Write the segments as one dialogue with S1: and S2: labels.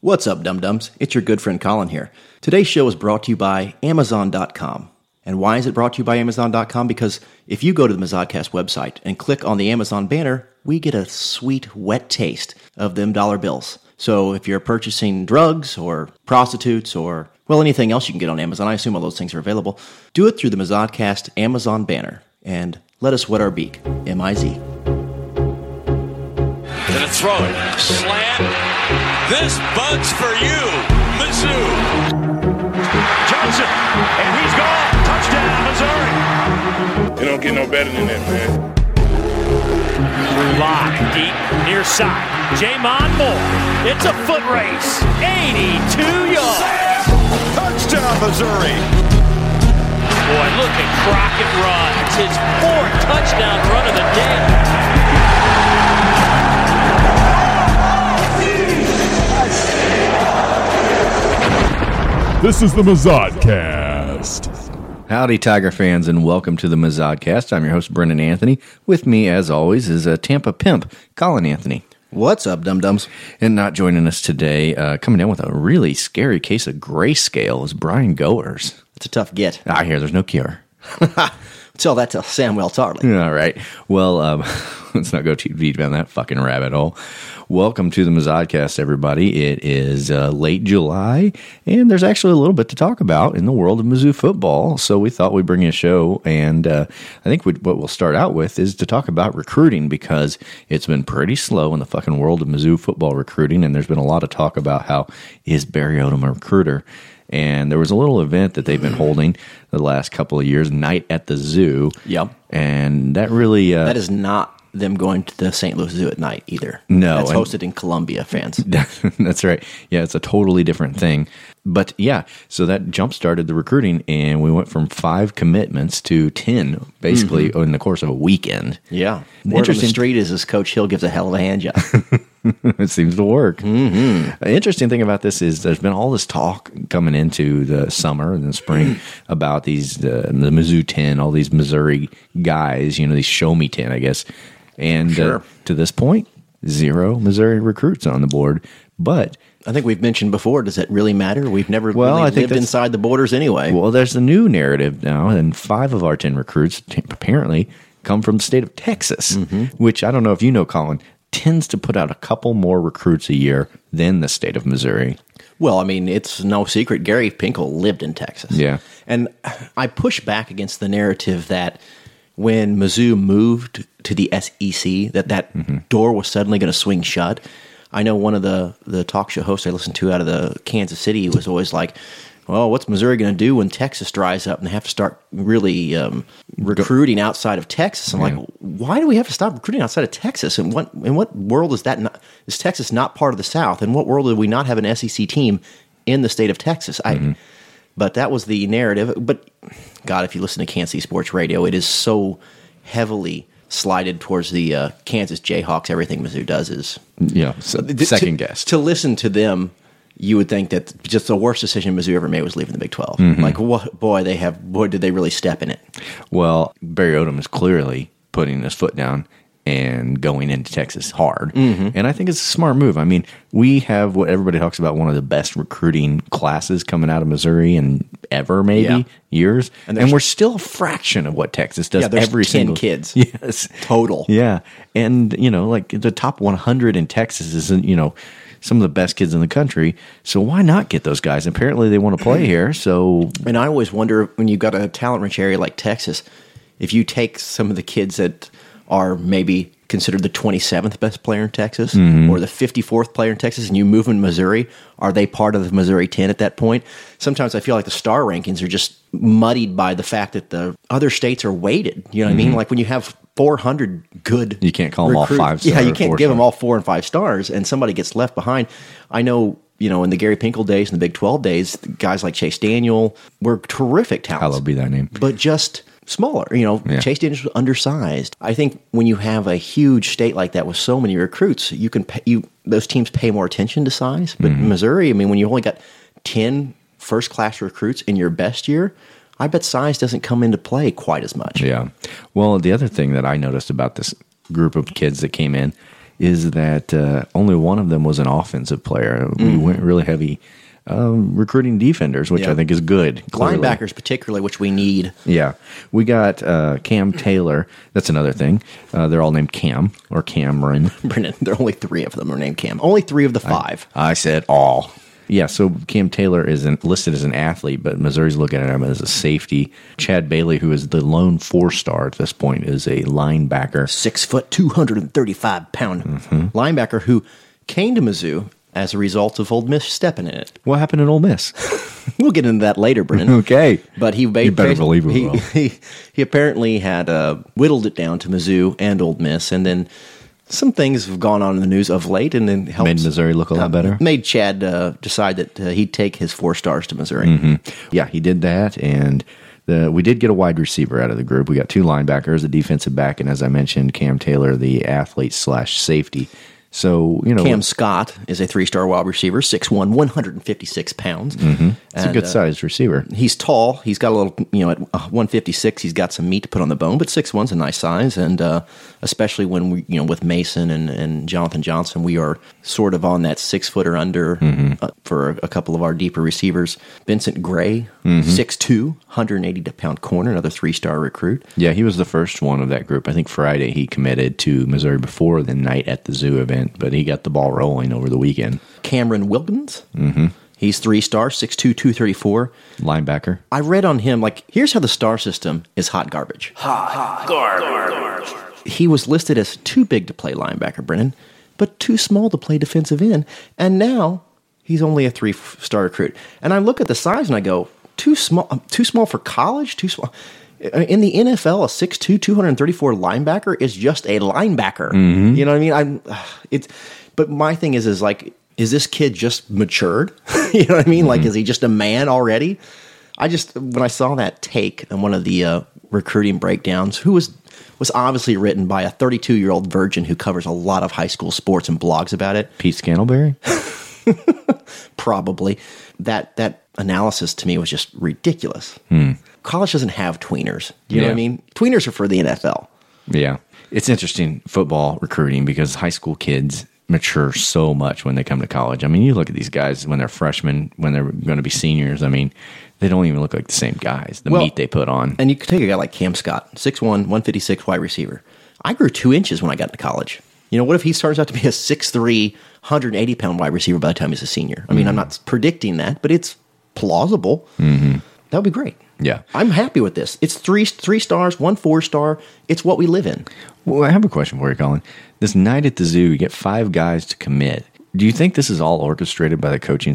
S1: What's up, Dum Dums? It's your good friend Colin here. Today's show is brought to you by Amazon.com. And why is it brought to you by Amazon.com? Because if you go to the Mazodcast website and click on the Amazon banner, we get a sweet, wet taste of them dollar bills. So if you're purchasing drugs or prostitutes or, well, anything else you can get on Amazon, I assume all those things are available, do it through the Mazodcast Amazon banner and let us wet our beak. M I Z.
S2: Then a throw it. Slant. This bud's for you, Mizzou.
S3: Johnson, and he's gone. Touchdown, Missouri.
S4: It don't get no better than that, man.
S3: Lock deep near side. Jamon Moore. It's a foot race. 82 yards.
S4: Touchdown, Missouri.
S3: Boy, look at Crockett run. It's his fourth touchdown run of the day.
S5: This is the Mazodcast.
S6: Howdy, Tiger fans, and welcome to the Mazodcast. I'm your host, Brendan Anthony. With me, as always, is a Tampa pimp, Colin Anthony.
S1: What's up, Dum Dums?
S6: And not joining us today, uh, coming down with a really scary case of grayscale, is Brian Goers.
S1: It's a tough get.
S6: I hear there's no cure.
S1: Tell that to Samuel Tarley.
S6: All right. Well, um, let's not go too deep down that fucking rabbit hole. Welcome to the Mazodcast, everybody. It is uh, late July, and there's actually a little bit to talk about in the world of Mizzou football. So we thought we'd bring you a show, and uh, I think we what we'll start out with is to talk about recruiting because it's been pretty slow in the fucking world of Mizzou football recruiting, and there's been a lot of talk about how is Barry Odom a recruiter? And there was a little event that they've been holding the last couple of years, Night at the Zoo
S1: Yep.
S6: and that really uh,
S1: That is not them going to the St. Louis Zoo at night either.
S6: No,
S1: that's
S6: and-
S1: hosted in Columbia, fans.
S6: that's right. Yeah, it's a totally different thing. But yeah, so that jump started the recruiting, and we went from five commitments to ten basically in the course of a weekend.
S1: Mm-hmm. Yeah,
S6: An
S1: word on the
S6: interesting-
S1: street is this Coach Hill gives a hell of a hand job.
S6: it seems to work. Mm-hmm. An interesting thing about this is there's been all this talk coming into the summer and the spring about these uh, the Mizzou ten, all these Missouri guys, you know, these show me ten, I guess. And uh, to this point, zero Missouri recruits on the board, but.
S1: I think we've mentioned before. Does it really matter? We've never
S6: Well,
S1: really
S6: I think
S1: lived
S6: that's-
S1: inside the borders anyway.
S6: Well, there's a new narrative now, and five of our 10 recruits t- apparently come from the state of Texas, which I don't know if you know, Colin, tends to put out a couple more recruits a year than the state of Missouri.
S1: Well, I mean, it's no secret Gary Pinkel lived in Texas.
S6: Yeah.
S1: And I push back against the narrative that when Mizzou moved to the SEC, that that door was suddenly going to swing shut. I know one of the the talk show hosts I listened to out of the Kansas City was always like, "Well, what's Missouri going to do when Texas dries up and they have to start really um, recruiting outside of Texas?" I'm like, "Why do we have to stop recruiting outside of Texas? And what in what world is that? Not, is Texas not part of the South? In what world do we not have an SEC team in the state of Texas?" I but that was the narrative. But God, if you listen to Kansas City Sports Radio, it is so heavily slided towards the uh, Kansas Jayhawks. Everything Mizzou does is
S6: Yeah.
S1: Uh,
S6: So second
S1: to,
S6: guess.
S1: To listen to them, you would think that just the worst decision Mizzou ever made was leaving the Big 12 Like, what boy they have? Boy, did they really step in it?
S6: Well, Barry Odom is clearly putting his foot down and going into Texas hard.
S1: Mm-hmm.
S6: And I think it's a smart move. I mean, we have what everybody talks about one of the best recruiting classes coming out of Missouri and ever maybe
S1: Yeah.
S6: years.
S1: And
S6: And,
S1: there's-
S6: we're still a fraction of what Texas does
S1: Yeah, there's
S6: every
S1: 10
S6: single
S1: kids.
S6: Yes.
S1: Total.
S6: Yeah. And, you know, like the top 100 in Texas is, you know, some of the best kids in the country. So why not get those guys? Apparently they want to play here. So
S1: And I always wonder when you've got a talent rich area like Texas, if you take some of the kids that are maybe considered the 27th best player in Texas
S6: Mm-hmm.
S1: or the 54th player in Texas and you move them to Missouri, are they part of the Missouri 10 at that point? Sometimes I feel like the star rankings are just muddied by the fact that the other states are weighted. You know what I mean? Like when you have 400 good.
S6: Mm-hmm. You can't call 'em all five
S1: Yeah,
S6: star
S1: you
S6: or
S1: can't
S6: four
S1: give them
S6: star.
S1: all four and five stars, and somebody gets left behind. I know, you know, in the Gary Pinkel days and the Big 12 days, guys like Chase Daniel were terrific talents
S6: Hallowed be thy name.
S1: but just smaller. You know,
S6: Yeah.
S1: Chase Daniels was undersized. I think when you have a huge state like that with so many recruits, you can pay, you those teams pay more attention to size. But
S6: Mm-hmm.
S1: Missouri, I mean, when you only got 10 first class recruits in your best year, I bet size doesn't come into play quite as much.
S6: Yeah. Well, the other thing that I noticed about this group of kids that came in is that uh, only one of them was an offensive player. We went really heavy um, recruiting defenders, which
S1: Yeah.
S6: I think is good. clearly.
S1: Linebackers, particularly, which we need.
S6: Yeah. We got uh, Cam Taylor. That's another thing. Uh, they're all named Cam or Cameron.
S1: Brennan, there are only three of them are named Cam. Only three of the five.
S6: I said all. Yeah, so Cam Taylor is an, listed as an athlete, but Missouri's looking at him as a safety. Chad Bailey, who is the lone four star at this point, is a linebacker.
S1: six foot, 235 pound
S6: Mm-hmm.
S1: linebacker who came to Mizzou as a result of Old Miss stepping in it.
S6: What happened at Ole Miss?
S1: We'll get into that later, Brennan.
S6: Okay.
S1: But he ba-
S6: You better believe we
S1: he,
S6: will.
S1: he he apparently had uh, whittled it down to Mizzou and Old Miss, and then some things have gone on in the news of late, and then helped,
S6: Made Missouri look a lot
S1: uh,
S6: better?
S1: Made Chad uh, decide that uh, he'd take his four stars to Missouri.
S6: Mm-hmm. mm, yeah, he did that, and the, we did get a wide receiver out of the group. We got two linebackers, a defensive back, and as I mentioned, Cam Taylor, the athlete slash safety. So you know,
S1: Cam Scott is a three star wide receiver, 6'1", 156 pounds.
S6: it's Mm-hmm. a
S1: And,
S6: good
S1: uh,
S6: sized receiver.
S1: he's tall. He's got a little, you know, at uh, 156, he's got some meat to put on the bone, but 6'1's a nice size. And uh, especially when we, you know, with Mason and, and Jonathan Johnson, we are sort of on that six foot or under
S6: Mm-hmm.
S1: uh, for a couple of our deeper receivers. Vincent Gray,
S6: Mm-hmm.
S1: 6'2, 180 pound corner, another three star recruit.
S6: Yeah, he was the first one of that group. I think Friday he committed to Missouri before the night at the zoo event, but he got the ball rolling over the weekend.
S1: Cameron Wilkins,
S6: Mm-hmm.
S1: he's three star, 6'2, 234.
S6: Linebacker.
S1: I read on him like here's how the star system is hot garbage. Hot, garbage. He was listed as too big to play linebacker, Brennan, but too small to play defensive end, and now he's only a three star recruit. And I look at the size and I go too small, um, too small for college, too small. In the NFL, a 6'2", 234 linebacker is just a linebacker. You know what I mean? I'm it's but my thing is is like is this kid just matured? you know what I mean? Like is he just a man already? I just when I saw that take in one of the uh, recruiting breakdowns, who was was obviously written by a 32 year old virgin who covers a lot of high school sports and blogs about it.
S6: Pete Scantleberry?
S1: Probably that that analysis to me was just ridiculous. College doesn't have tweeners. You know what I
S6: Yeah.
S1: mean? Tweeners are for the NFL.
S6: Yeah. It's interesting football recruiting because high school kids mature so much when they come to college. I mean, you look at these guys when they're freshmen, when they're going to be seniors. I mean, they don't even look like the same guys, the
S1: Well,
S6: meat they put on.
S1: And you could take a guy like Cam Scott, 6'1", 156 wide receiver. I grew two inches when I got into college. You know, what if he turns out to be a 6'3", 180 pound wide receiver by the time he's a senior? I mean, I'm not predicting that, but it's plausible.
S6: Mm-hmm.
S1: That would be great.
S6: Yeah.
S1: I'm happy with this. It's three three stars, one four star. It's what we live in.
S6: Well, I have a question for you, Colin. This night at the zoo, you get five guys to commit. Do you think this is all orchestrated by the coaching?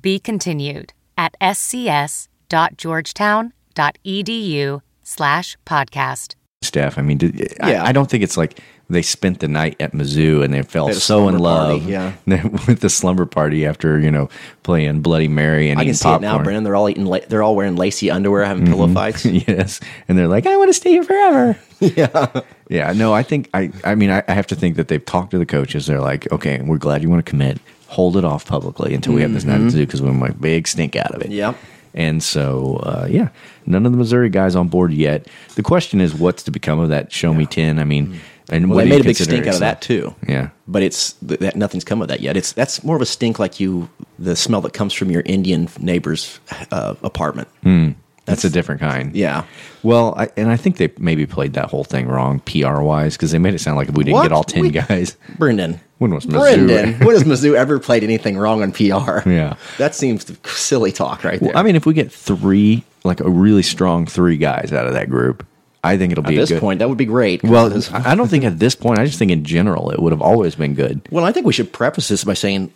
S7: Be continued at E scs.georgetown.edu slash podcast.
S6: staff. I mean, did,
S1: Yeah.
S6: I, I don't think it's like they spent the night at Mizzou and they fell
S1: At a
S6: so in
S1: slumber party,
S6: love
S1: yeah.
S6: with the slumber party after, you know, playing Bloody Mary and
S1: I
S6: eating
S1: can see
S6: popcorn. Mm-hmm.
S1: it now, Brandon. They're all eating. La- they're all wearing lacy underwear, having pillow fights.
S6: yes. And they're like, I want to stay here forever. yeah. Yeah. No, I think, I, I mean, I, I have to think that they've talked to the coaches. They're like, okay, we're glad you want to commit. Hold it off publicly until we have this night to do because we want a big stink out of it.
S1: Mm-hmm. Yep.
S6: And so, uh, yeah, none of the Missouri guys on board yet. The question is, what's to become of that Show Me 10? I mean, and
S1: Well,
S6: what
S1: they
S6: do you
S1: made a big
S6: consider
S1: stink out of
S6: yourself?
S1: that too.
S6: Yeah.
S1: but it's th- that nothing's come of that yet. It's that's more of a stink like you the smell that comes from your Indian neighbor's uh, apartment.
S6: Hmm. That's a different kind.
S1: Yeah,
S6: Well, I, and I think they maybe played that whole thing wrong PR wise because they made it sound like we didn't
S1: What?
S6: get all 10
S1: We-
S6: guys.
S1: Brendan.
S6: When was Mizzou?
S1: Brendan? when has Mizzou ever played anything wrong on PR?
S6: Yeah.
S1: that seems silly talk right there.
S6: Well, I mean, if we get three, like a really strong three guys out of that group, I think it'll
S1: at
S6: be a
S1: this
S6: good,
S1: point, that would be great.
S6: Well,
S1: Because-
S6: I I don't think at this point. I just think in general, it would have always been good.
S1: Well, I think we should preface this by saying,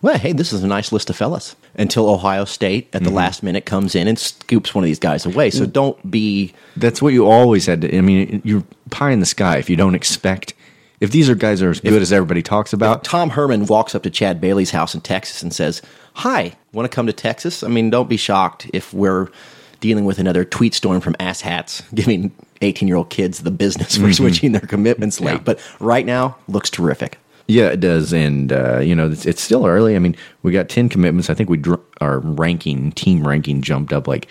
S1: well, hey, this is a nice list of fellas until Ohio State
S6: Mm-hmm.
S1: at the last minute comes in and scoops one of these guys away.
S6: Mm.
S1: So don't be.
S6: That's what you always had to. I mean, you're pie in the sky if you don't expect. If these are guys that are as good as everybody talks about,
S1: Tom Herman walks up to Chad Bailey's house in Texas and says, Hi, want to come to Texas? I mean, don't be shocked if we're dealing with another tweet storm from asshats giving 18 year old kids the business for switching their commitments
S6: Mm-hmm.
S1: late.
S6: Yeah.
S1: But right now, looks terrific.
S6: yeah, it does. And uh, you know, it's, it's still early. I mean, we got ten commitments. I think we dr- our ranking, team ranking, jumped up like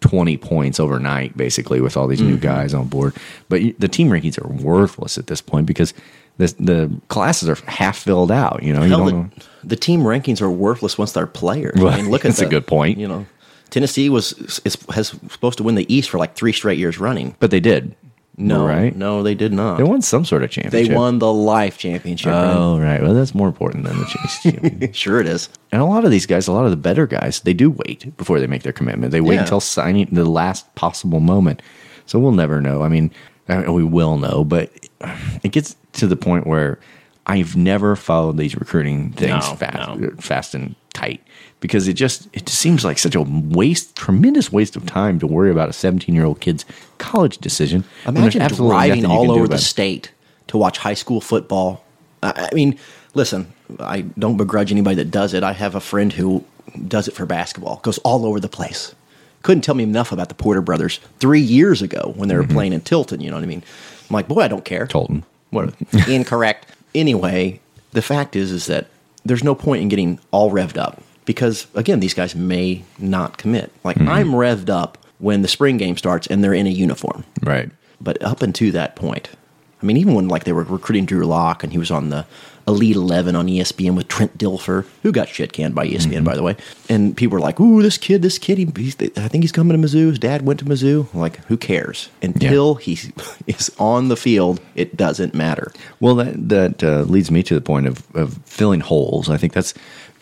S6: twenty points overnight, basically, with all these
S1: Mm-hmm.
S6: new guys on board. But y- the team rankings are worthless at this point because this, the classes are half filled out. You know, you
S1: Hell,
S6: don't know.
S1: the, the team rankings are worthless once they're players. I
S6: Well,
S1: mean, look at
S6: that's a
S1: the-
S6: good point.
S1: You know, Tennessee was is, has supposed to win the East for like three straight years running.
S6: but they did.
S1: No,
S6: right?
S1: no, they did not.
S6: They won some sort of championship.
S1: They won the life championship.
S6: Oh, right. Well, that's more important than the championship.
S1: right? sure it is.
S6: And a lot of these guys, a lot of the better guys, they do wait before they make their commitment. They wait
S1: Yeah.
S6: until signing the last possible moment. So we'll never know. I mean, I mean, we will know, but it gets to the point where I've never followed these recruiting things
S3: No,
S6: fast, uh,
S3: no.
S6: fast and tight because it just it just seems like such a waste, tremendous waste of time to worry about a 17 year old kid's college decision. when there's
S1: Imagine
S6: absolutely nothing
S1: driving
S6: you
S1: all
S6: can do
S1: over
S6: about
S1: the
S6: it.
S1: state to watch high school football. I, I mean, listen, I don't begrudge anybody that does it. I have a friend who does it for basketball, goes all over the place. Couldn't tell me enough about the Porter brothers three years ago
S6: Mm-hmm.
S1: when they were playing in Tilton. You know what I mean? I'm like, boy, I don't care.
S6: Tolton.
S1: What? incorrect. Anyway, the fact is, is that there's no point in getting all revved up because again, these guys may not commit. Like
S6: Mm-hmm.
S1: I'm revved up when the spring game starts and they're in a uniform.
S6: Right.
S1: But up until that point, I mean, even when like they were recruiting Drew Locke and he was on the Elite Eleven on E ESPN with Trent Dilfer, who got shit canned by E ESPN, by the way, and people were like, "Ooh, this kid, this kid, he, he's, I think he's coming to Mizzou. His dad went to Mizzou." I'm like, who cares? Until he is on the field, it doesn't matter.
S6: Well, that that uh, leads me to the point of, of filling holes. I think that's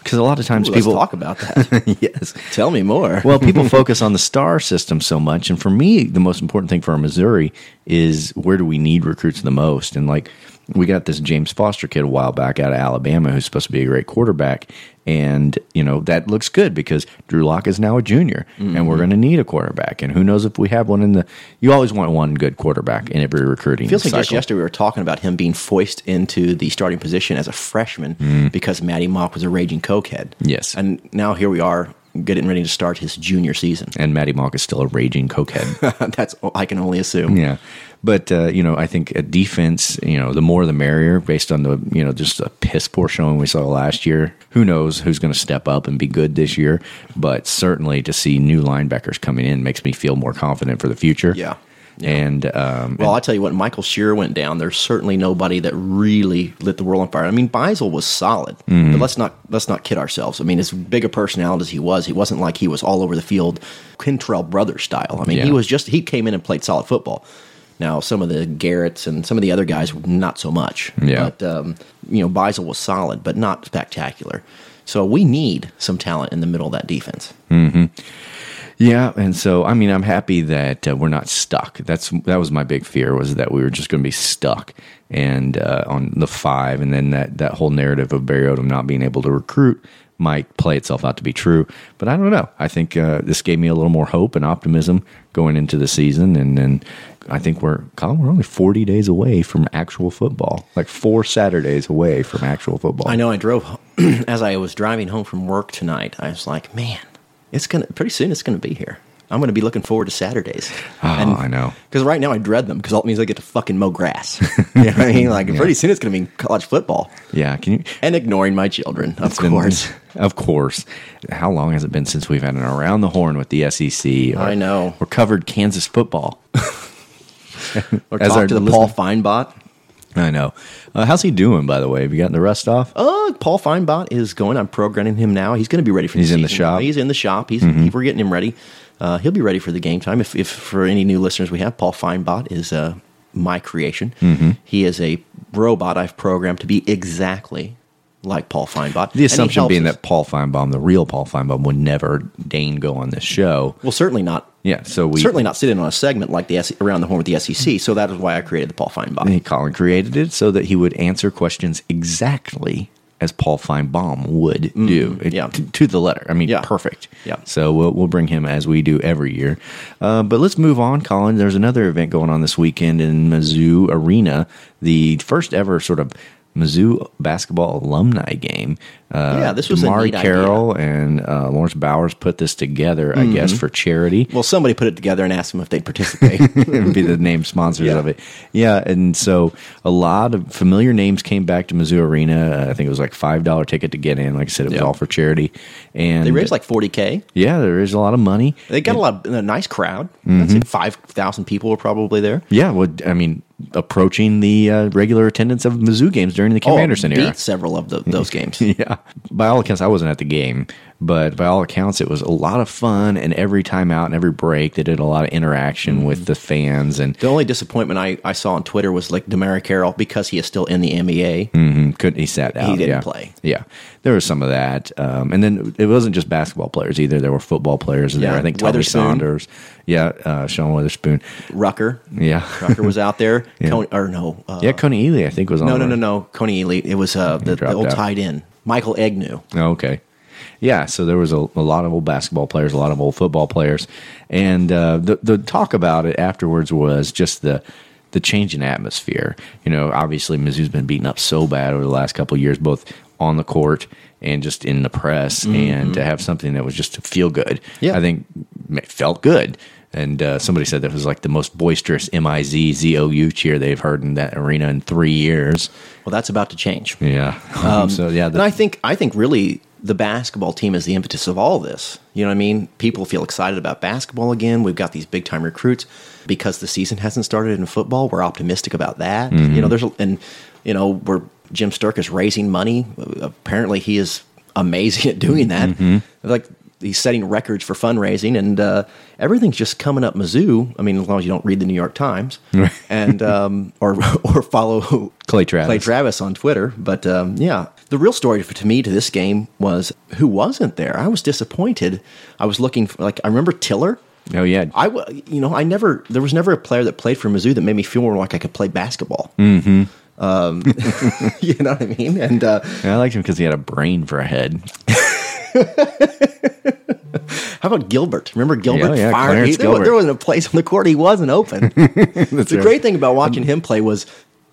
S6: because a lot of times
S1: Ooh,
S6: people
S1: let's talk about that.
S6: yes.
S1: Tell me more.
S6: Well, people focus on the star system so much, and for me, the most important thing for Missouri is where do we need recruits the most? And like, we got this James Foster kid a while back out of Alabama who's supposed to be a great quarterback, and you know that looks good because Drew Locke is now a junior, and
S1: Mm-hmm.
S6: we're going to need a quarterback, and who knows if we have one in the. You always want one good quarterback in every recruiting.
S1: feels like just
S6: cycle.
S1: yesterday we were talking about him being foisted into the starting position as a freshman because Matty Mock was a raging cokehead.
S6: Mm. Yes.
S1: and now here we are, getting ready to start his junior season.
S6: and Matty Mock is still a raging cokehead.
S1: That's all I can only assume.
S6: yeah. But uh, you know, I think a defense, you know, the more the merrier, based on the you know just a piss poor showing we saw last year. Who knows who's going to step up and be good this year? But certainly to see new linebackers coming in makes me feel more confident for the future.
S1: Yeah.
S6: And um,
S1: Well, I tell you what, Michael Shearer went down. There's certainly nobody that really lit the world on fire. I mean, Beisel was solid,
S6: Mm-hmm.
S1: but let's not let's not kid ourselves. I mean, as big a personality as he was, he wasn't like he was all over the field, Quintrell brother style. I mean, he
S6: Yeah.
S1: was just he came in and played solid football. Now, some of the Garretts and some of the other guys, not so much.
S6: Yeah.
S1: But um, you know, Beisel was solid, but not spectacular. So we need some talent in the middle of that defense.
S6: Yeah, and so I mean, I'm happy that uh, we're not stuck. That's that was my big fear was that we were just going to be stuck and uh, on the five, and then that that whole narrative of Barry Odom not being able to recruit might play itself out to be true. But I don't know. I think uh, this gave me a little more hope and optimism going into the season, and then I think we're Colin, we're only forty days away from actual football, like four Saturdays away from actual football.
S1: I know I drove as I was driving home from work tonight. I was like, man, it's gonna pretty soon. It's gonna be here. I'm gonna be looking forward to Saturdays.
S6: Oh, I know.
S1: Because right now I dread them because all it means I get to fucking mow grass. you know what I mean? Like
S6: Yeah.
S1: pretty soon it's gonna be college football
S6: Yeah, can you?
S1: and ignoring my children, of
S6: It's been-
S1: course.
S6: of course. How long has it been since we've had an around the horn with the E SEC?
S1: I know.
S6: Or covered Kansas football.
S1: Or
S6: As our
S1: talk to the
S6: listen-
S1: Paul Feinbot.
S6: I know. Uh, how's he doing, by the way? Have you gotten the rust off?
S1: Uh, Paul Feinbot is going. I'm programming him now. He's going to be ready for.
S6: He's in the
S1: season.
S6: shop? Mm-hmm.
S1: He's in the shop. He's we're getting him ready. Uh, he'll be ready for the game time. If, if for any new listeners we have, Paul Feinbot is uh, my creation.
S6: Mm-hmm.
S1: He is a robot I've programmed to be exactly like Paul Feinbot. And
S6: The
S1: he
S6: assumption
S1: helps
S6: being
S1: us.
S6: that Paul Feinbaum, the real Paul Feinbaum, would never deign go on this show.
S1: well, certainly not.
S6: Yeah, so we Mm-hmm.
S1: certainly not sitting on a segment like the S- E, around the horn with the SEC. So that is why I created the Paul Feinbot.
S6: And Colin created it so that he would answer questions exactly as Paul Feinbaum would do, It-
S1: Mm-hmm. yeah.
S6: t- to the letter. I mean,
S1: Yeah.
S6: perfect.
S1: Yeah.
S6: So we'll we'll bring him as we do every year. Uh, but let's move on, Colin. There's another event going on this weekend in Mizzou Arena, the first ever sort of. Mizzou basketball alumni game. Uh,
S1: Yeah, this was a
S6: Damari
S1: neat idea.
S6: Carroll and uh, Lawrence Bowers put this together, I
S1: Mm-hmm.
S6: guess, for charity
S1: Well, somebody put it together and asked him if they'd participate.
S6: and be the name sponsors
S1: Yeah.
S6: of it. Yeah, and so a lot of familiar names came back to Mizzou Arena. Uh, I think it was like five dollar ticket to get in. Like I said, it was
S1: Yeah.
S6: all for charity. And
S1: they raised like 40k.
S6: yeah, there is a lot of money.
S1: They got a lot of a nice crowd. I'd
S6: Mm-hmm.
S1: say 5,000 people were probably there.
S6: Yeah, well, I mean, approaching the uh, regular attendance of Mizzou games during the Kim Anderson
S1: Oh, beat
S6: era.
S1: several of tho- those games.
S6: yeah. By all accounts, I wasn't at the game, but by all accounts, it was a lot of fun. And every time out and every break, they did a lot of interaction
S1: Mm-hmm.
S6: with the fans and
S1: The only disappointment I, I saw on Twitter was like Damari Carroll because he is still in the MEA.
S6: Hmm. Mm-hmm. couldn't he sat out.
S1: didn't
S6: yeah.
S1: play.
S6: Yeah, there was some of that, um, and then it wasn't just basketball players either. There were football players in there.
S1: Yeah,
S6: I think Tommy
S1: Weatherspoon.
S6: Saunders, yeah, uh, Sean Witherspoon,
S1: Rucker,
S6: yeah,
S1: Rucker was out there.
S6: Yeah.
S1: Con- or no, uh,
S6: yeah. Coney Ely, I think, was on.
S1: no, no,
S6: there.
S1: no, no, Coney Elite. It was uh, the, the
S6: dropped
S1: old
S6: out.
S1: tight end Michael Agnew.
S6: Oh, okay. Yeah, so there was a, a lot of old basketball players, a lot of old football players, and uh, the the talk about it afterwards was just the the change in atmosphere. You know, obviously Mizzou's been beaten up so bad over the last couple of years, both on the court and just in the press, and to have something that was just to feel good,
S1: Yeah.
S6: I think it felt good. And uh, somebody said that was like the most boisterous M I Z Z O U cheer they've heard in that arena in three years.
S1: Well, that's about to change.
S6: Yeah. so yeah, the-
S1: Um, and I think I think really the basketball team is the impetus of all this. You know what I mean? People feel excited about basketball again. We've got these big time recruits because the season hasn't started in football. We're optimistic about that. You
S6: Mm-hmm.
S1: know, there's a, and you know we're Jim Sturk is raising money. Apparently, he is amazing at doing that.
S6: Mm-hmm.
S1: Like he's setting records for fundraising, and uh, everything's just coming up. Mizzou. I mean, as long as you don't read the New York Times and um, or or follow
S6: Clay Travis.
S1: Clay Travis on Twitter. But um, yeah, the real story for, to me to this game was who wasn't there. I was disappointed. I was looking for, like, I remember Tiller.
S6: oh yeah,
S1: I, wa- you know, I never, there was never a player that played for Mizzou that made me feel more like I could play basketball.
S6: Mm-hmm.
S1: Um, you know what I mean? And uh,
S6: I liked him because he had a brain for a head.
S1: how about Gilbert? Remember Gilbert?
S6: Yeah, yeah,
S1: Fired-
S6: Clarence
S1: there, wa-
S6: Gilbert.
S1: there wasn't a place on the court he wasn't open. the great thing about watching
S6: Um,
S1: him play was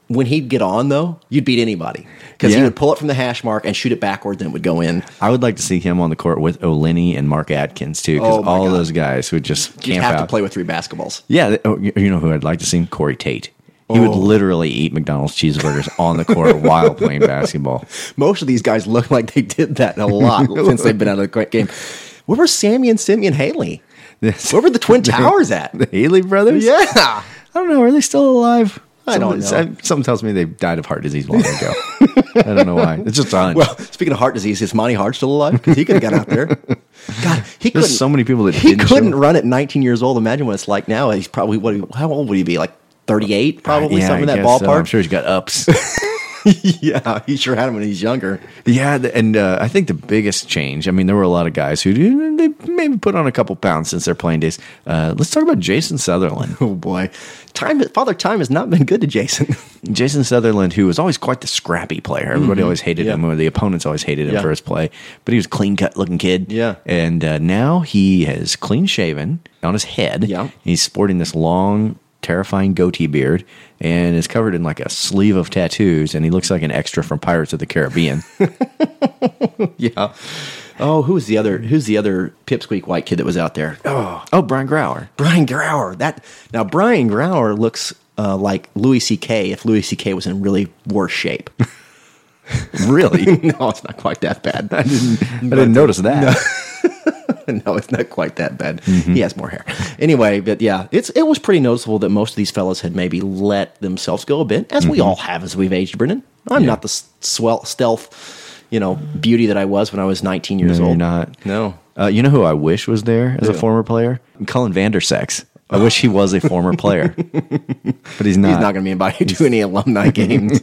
S1: when he'd get on, though, you'd beat anybody because he
S6: Yeah.
S1: would pull it from the hash mark and shoot it backward, then it would go in.
S6: I would like to see him on the court with Olenny and Mark Atkins too, because
S1: Oh, my
S6: all
S1: God.
S6: those guys would just
S1: you
S6: camp
S1: have
S6: out.
S1: to play with three basketballs.
S6: yeah, th- oh, you you know who I'd like to see? Corey Tate. He
S1: Oh.
S6: would literally eat McDonald's cheeseburgers on the court while playing basketball.
S1: Most of these guys look like they did that a lot since they've been out of the game. Where were Sammy and Simeon Haley?
S6: This-
S1: Where were the Twin Towers at?
S6: The Haley brothers?
S1: Yeah.
S6: I don't know. Are they still alive?
S1: I don't
S6: Something-
S1: know.
S6: Something tells me they died of heart disease long ago. I don't know why. It's just on.
S1: Well, speaking of heart disease, is Monty Hart still alive? Because he could have got out there. God, he
S6: There's
S1: couldn't.
S6: so many people that
S1: he
S6: didn't show
S1: couldn't
S6: up.
S1: run at 19 years old. Imagine what it's like now. He's probably what? How old would he be? Like 38, probably
S6: Yeah,
S1: something in
S6: I
S1: that
S6: guess so.
S1: ballpark.
S6: I'm sure he's got ups.
S1: yeah, he sure had him when he's younger.
S6: Yeah, th- and uh, I think the biggest change. I mean, there were a lot of guys who did, they maybe put on a couple pounds since their playing days. Uh, let's talk about Jason Sutherland.
S1: Oh boy, time Father Time has not been good to Jason.
S6: Jason Sutherland, who was always quite the scrappy player. Everybody always hated
S1: Mm-hmm. Yeah.
S6: him, or the opponents always hated him
S1: Yeah.
S6: for his play. But he was a clean cut looking kid.
S1: Yeah.
S6: and uh, now he has clean shaven on his head.
S1: Yeah.
S6: he's sporting this long terrifying goatee beard and is covered in like a sleeve of tattoos, and he looks like an extra from Pirates of the Caribbean.
S1: yeah. Oh, who was the other? Who's the other pipsqueak white kid that was out there? Oh,
S6: oh, Brian Grauer.
S1: Brian Grauer. That now Brian Grauer looks uh, like Louis C.K. If Louis C.K. was in really worse shape.
S6: really?
S1: no, it's not quite that bad. I didn't.
S6: I didn't notice that.
S1: No. no, it's not quite that bad. He has more hair. Anyway, but yeah, it's it was pretty noticeable that most of these fellas had maybe let themselves go a bit, as we
S6: Mm-hmm.
S1: all have as we've aged, Brendan. I'm not the s- swell stealth, you know, beauty that I was when I was 19 years
S6: No,
S1: old.
S6: you're not.
S1: No.
S6: Uh, you know who I wish was there as a
S1: Who?
S6: former player? Cullen Vandersex. I wish he was a former player, but he's not.
S1: He's not going to be invited to any alumni games.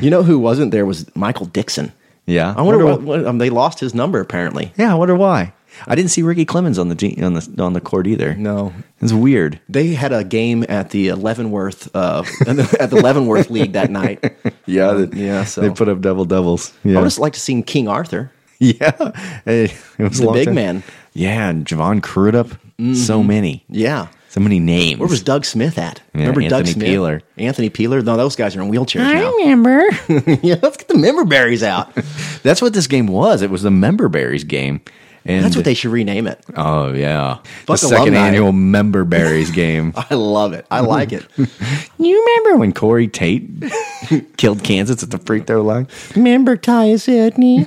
S1: you know who wasn't there was Michael Dixon.
S6: Yeah,
S1: I wonder, what, what- um, they lost his number apparently.
S6: Yeah, I wonder why. I didn't see Ricky Clemens on the team, on the on the court either.
S1: No.
S6: it's weird.
S1: They had a game at the Leavenworth uh, at the Leavenworth League that night.
S6: Yeah,
S1: they- yeah, so-
S6: they put up double doubles.
S1: I
S6: Yeah,
S1: would just like to see King Arthur,
S6: yeah. It, it was a
S1: the
S6: long
S1: big
S6: time. Mm-hmm.
S1: man.
S6: Yeah, and Javon Crudup. So many,
S1: Yeah.
S6: so many names.
S1: Where was Doug Smith at?
S6: Yeah,
S1: remember Doug
S6: Anthony
S1: Smith?
S6: Peeler.
S1: Anthony Peeler. No, those guys are in wheelchairs now.
S6: remember.
S1: yeah, let's get the member berries out.
S6: That's what this game was. It was the Member Berries game. And
S1: That's what they should rename it.
S6: Oh yeah, the
S1: Fuck
S6: second
S1: alumni.
S6: annual Member Berries game.
S1: I love it. I like it.
S6: You remember when Corey Tate killed Kansas at the free throw line?
S1: Remember Ty Sidney?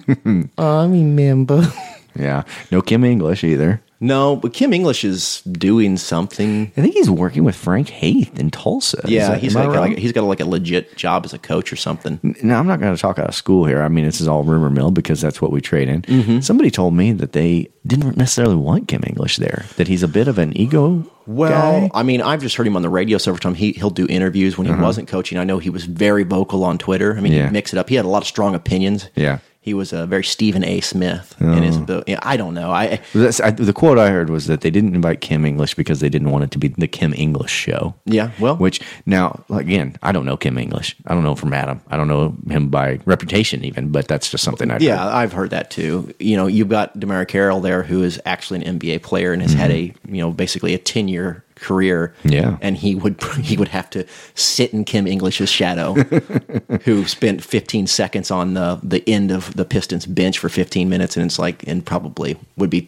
S1: I remember.
S6: Yeah, no Kim English either.
S1: No, but Kim English is doing something.
S6: I think he's working with Frank Haith in Tulsa. Is
S1: Yeah,
S6: that-
S1: he's
S6: am I
S1: like,
S6: wrong?
S1: like he's got like a legit job as a coach or something.
S6: now I'm not going to talk out of school here. I mean, this is all rumor mill because that's what we trade in. Somebody told me that they didn't necessarily want Kim English there. That he's a bit of an ego. guy. Uh-huh.
S1: I mean, I've just heard him on the radio several times. He he'll do interviews when he wasn't coaching. I know he was very vocal on Twitter. I mean,
S6: Yeah.
S1: he'd mix it up. He had a lot of strong opinions.
S6: Yeah. Oh.
S1: he was a very Stephen A. Smith in his. Yeah, I don't know. I
S6: That's- I, the quote I heard was that they didn't invite Kim English because they didn't want it to be the Kim English show.
S1: Yeah, well-
S6: which now again, I don't know Kim English. I don't know him from Adam. I don't know him by reputation even, but that's just something I
S1: yeah, I've heard that too. You know, you've got Demary Carroll there, who is actually an NBA player and has had a you know basically a ten year career.
S6: Yeah.
S1: and he would he would have to sit in Kim English's shadow, who spent 15 seconds on the the end of the Pistons bench for 15 minutes, and it's like and probably would be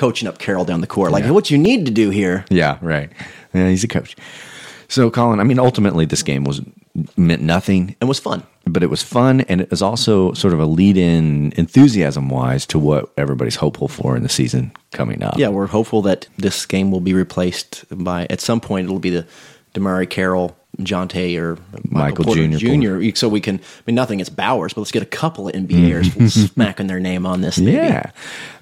S1: coaching up Carroll down the court, like what you need to do here.
S6: Yeah, right. Yeah, he's a coach. So, Colin, I mean, ultimately, this game was meant nothing,
S1: And was fun.
S6: but it was fun, and it was also sort of a lead-in, enthusiasm-wise, to what everybody's hopeful for in the season coming up.
S1: Yeah, we're hopeful that this game will be replaced by at some point it'll be the Demary Carroll, Jonte, or
S6: Michael
S1: Michael, Porter
S6: Jr.
S1: Jr. So we can. I mean, nothing against Bowers, but let's get a couple of NBAers smacking their name on this. Maybe.
S6: Yeah.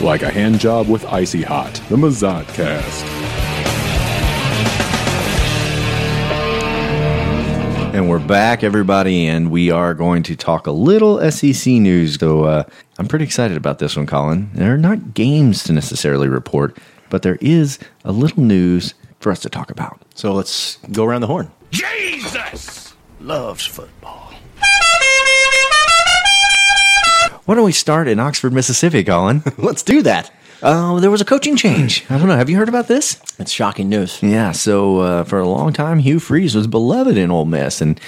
S5: Like a hand job with Icy Hot, the Mazatcast.
S6: and we're back everybody and we are going to talk a little SEC news so uh, I'm pretty excited about this one Colin there are not games to necessarily report but there is a little news for us to talk about
S1: So let's go around the horn.
S2: Jesus loves football.
S6: why don't we start in Oxford Mississippi Colin
S1: Let's do that.
S6: Uh, there was a coaching change. I don't know. Have you heard about this?
S1: It's shocking news.
S6: Yeah. So uh, for a long time, Hugh Freeze was beloved in Ole Miss, and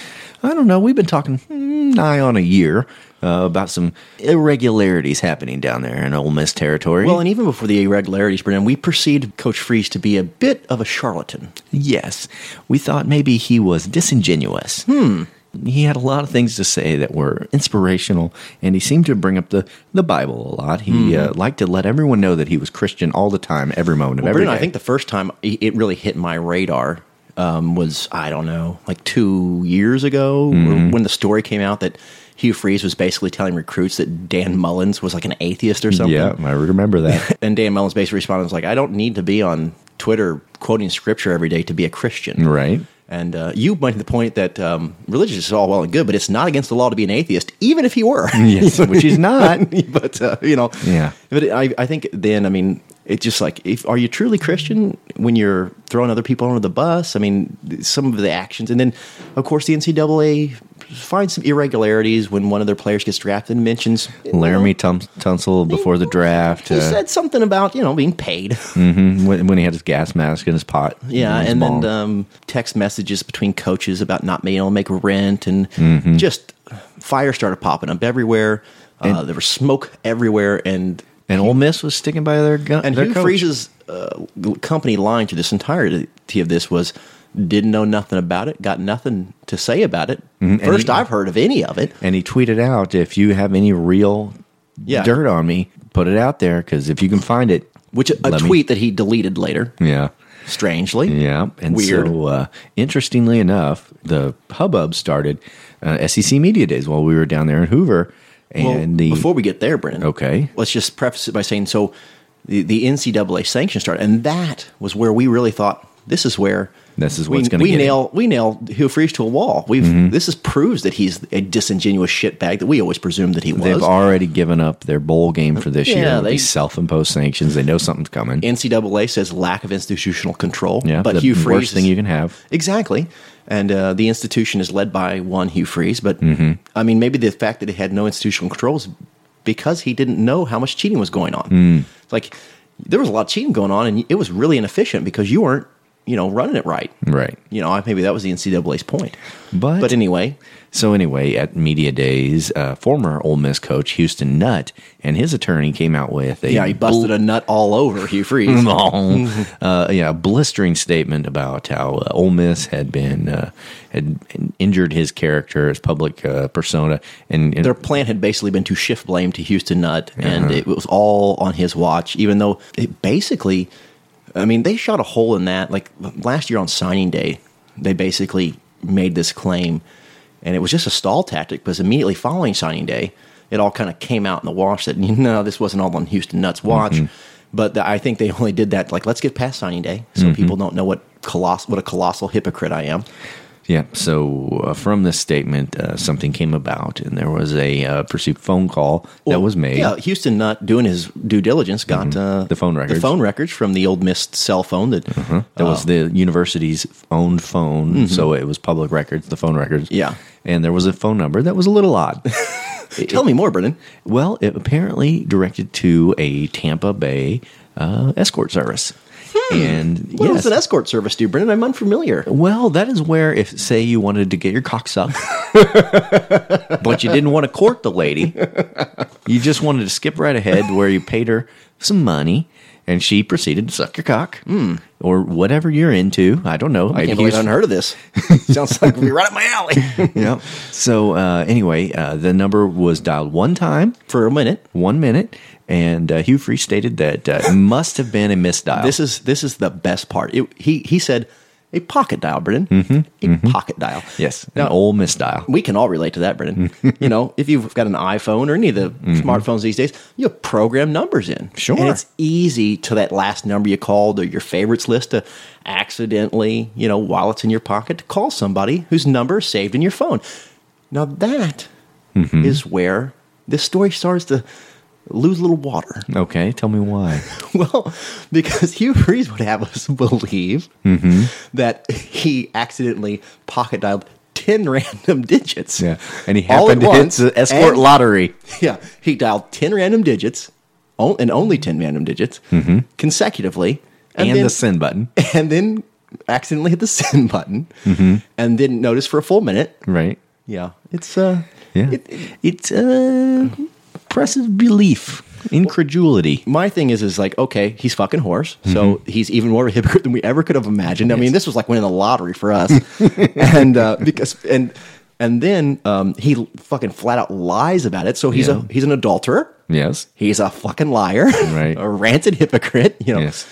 S6: I don't know. We've been talking hmm, nigh on a year uh, about some irregularities happening down there in Ole Miss territory.
S1: Well, and even before the irregularities, Brennan, we perceived Coach Freeze to be a bit of a charlatan.
S6: Yes, we thought maybe he was disingenuous.
S1: Hmm.
S6: He had a lot of things to say that were inspirational, and he seemed to bring up the, the Bible a lot. He uh, liked to let everyone know that he was Christian all the time, every moment of
S1: Hmm. Well,
S6: every
S1: Brennan, I
S6: day.
S1: think the first time i- it really hit my radar um, was I don't know, like two years ago,
S6: Mhm.
S1: when the story came out that Hugh Freeze was basically telling recruits that Dan Mullins was like an atheist or something.
S6: Yeah, I remember that.
S1: And Dan Mullins basically responded was like, "I don't need to be on Twitter quoting scripture every day to be a Christian."
S6: right.
S1: And uh, you went to the point that um, religious is all well and good, but it's not against the law to be an atheist, even if he were.
S6: Yes, Mm. which he's not.
S1: but uh, you know,
S6: Yeah.
S1: But I, I think then, I mean, it's just like, if are you truly Christian when you're throwing other people under the bus? I mean, th- some of the actions, and then of course the NCAA finds some irregularities when one of their players gets drafted and mentions
S6: Laramie Tum- Tunsil before the draft.
S1: he said something about you know being paid.
S6: hmm when, when he had his gas mask in his pot.
S1: Yeah,
S6: in his
S1: and then
S6: bong.
S1: um, text messages between coaches about not being able to make rent, and
S6: Mhm.
S1: just fire started popping up everywhere. uh, there was smoke everywhere, and
S6: and Ole Miss was sticking by their gun.
S1: And
S6: their
S1: Hugh
S6: coach.
S1: Freeze's uh, company line to this entirety of this was didn't know nothing about it, got nothing to say about it.
S6: Mhm, and
S1: First,
S6: he-
S1: I've heard of any of it.
S6: and he tweeted out, "If you have any real
S1: Yeah.
S6: dirt on me, put it out there because if you can find it,
S1: Which a
S6: let me-
S1: tweet that he deleted later,
S6: yeah."
S1: strangely.
S6: Yeah, and
S1: Weird.
S6: so uh, interestingly enough, the hubbub started uh, SEC Media Days while we were down there in Hoover, and
S1: Well,
S6: the
S1: before we get there, Brennan,
S6: okay,
S1: let's just preface it by saying so the, the NCAA sanction started, and that was where we really thought this is where
S6: This is
S1: we-
S6: what's gonna
S1: we
S6: get Mm-hmm.
S1: nail we nail Hugh Freeze to a wall. We've this is proves that he's a disingenuous shitbag that we always presumed that he was.
S6: they've already given up their bowl game for this
S1: Yeah,
S6: year.
S1: they-
S6: They self-imposed sanctions. They know something's coming.
S1: NCAA says lack of institutional control.
S6: yeah,
S1: but
S6: the
S1: Hugh Freeze
S6: worst thing you can have.
S1: exactly, and uh, the institution is led by one Hugh Freeze. But
S6: Mm-hmm.
S1: I mean, maybe the fact that it had no institutional controls because he didn't know how much cheating was going on.
S6: Mm.
S1: Like there was a lot of cheating going on, and it was really inefficient because you weren't, you know, running it right.
S6: Right.
S1: You know, I- maybe that was the NCAA's point.
S6: But,
S1: But anyway,
S6: so anyway, at media days, uh, former Ole Miss coach Houston Nutt and his attorney came out with a
S1: yeah, he busted a nut all over Hugh Freeze.
S6: No. uh, yeah, a blistering statement about how uh, Ole Miss had been uh, had injured his character, his public uh, persona, and, and
S1: their plan had basically been to shift blame to Houston Nutt, and it was all on his watch. Even though it basically, I mean, they shot a hole in that. Like last year on signing day, they basically made this claim, and it was just a stall tactic because immediately following signing day, it all kind of came out in the wash that you know this wasn't all on Houston Nutt's watch. But the, I think they only did that like let's get past signing day so people don't know what coloss- what a colossal hypocrite I am.
S6: yeah. So uh, from this statement, uh, something came about, and there was a uh, perceived phone call that
S1: Well,
S6: was made. Mm-hmm.
S1: Yeah, Houston not doing his due diligence got uh,
S6: The phone records. Mm-hmm.
S1: the phone records from the old missed cell phone that
S6: That was
S1: uh, Mm-hmm.
S6: the university's own phone, so it was public records, the phone records.
S1: Yeah.
S6: and there was a phone number that was a little odd.
S1: Tell me more, Brennan.
S6: Well, it apparently directed to a Tampa Bay uh, escort service. And
S1: Hmm. What
S6: yes,
S1: does an escort service do, Brennan? I'm unfamiliar.
S6: well, that is where if say you wanted to get your cock sucked, but you didn't want to court the lady, you just wanted to skip right ahead where you paid her some money. And she proceeded to suck your cock, or whatever you're into. I don't know.
S1: Hmm. I can't believe I haven't heard of this. Sounds like we're right up my alley
S6: yeah. So uh, anyway, uh, the number was dialed one time,
S1: for a minute.
S6: one minute, and uh, Hugh Freeze stated that uh, it must have been a misdial.
S1: This is this is the best part. It, he he said a pocket dial, Brennan. A pocket dial.
S6: Mm-hmm. yes, an old misdial.
S1: We can all relate to that, Brennan. you know, if you've got an iPhone or any of the smartphones these days, you program numbers in.
S6: Mm-hmm. Sure.
S1: And it's easy to that last number you called or your favorites list to accidentally, you know, while it's in your pocket, to call somebody whose number is saved in your phone. Now that is
S6: Mm-hmm.
S1: where this story starts to lose a little water.
S6: Okay, tell me why.
S1: Well, because Hugh Freeze would have us believe
S6: Mm-hmm.
S1: that he accidentally pocket dialed 10 random digits.
S6: yeah, and he
S1: All
S6: happened
S1: at
S6: to hit
S1: once,
S6: the escort
S1: and-
S6: lottery.
S1: Yeah, he dialed 10 random digits o- and only 10 random digits
S6: Mm-hmm.
S1: consecutively.
S6: And the send button.
S1: And then accidentally hit the send button
S6: Mm-hmm.
S1: and didn't notice for a full minute.
S6: Right.
S1: Yeah. It's, uh,
S6: Yeah.
S1: it's, uh, impressive belief.
S6: Incredulity.
S1: My thing is, is like, okay, he's fucking horse. So
S6: Mm-hmm.
S1: he's even more of a hypocrite than we ever could have imagined. I mean, this was like winning the lottery for us. and, uh, because, and, and then, um, he fucking flat out lies about it. So he's
S6: Yeah.
S1: a, he's an adulterer.
S6: yes.
S1: He's a fucking liar.
S6: Right.
S1: a ranted hypocrite. You know,
S6: Yes.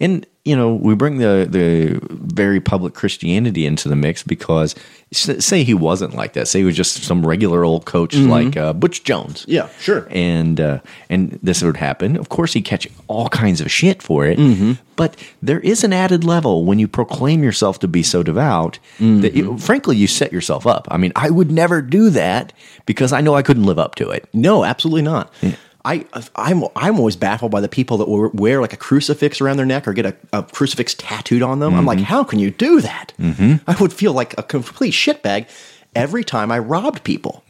S6: And you know, we bring the the very public Christianity into the mix because s- say he wasn't like that. Say he was just some regular old coach
S1: Mhm.
S6: like uh, Butch Jones.
S1: Yeah, sure.
S6: And uh, and this would happen. Of course, he'd catch all kinds of shit for it.
S1: Mm-hmm.
S6: But there is an added level when you proclaim yourself to be so devout that,
S1: Mm-hmm.
S6: you, frankly, you set yourself up. I mean, I would never do that because I know I couldn't live up to it.
S1: No, absolutely not. I I'm I'm always baffled by the people that wear, wear like a crucifix around their neck or get a, a crucifix tattooed on them. I'm like,
S6: Mm-hmm.
S1: how can you do that? I would feel like a complete shitbag every time I robbed people.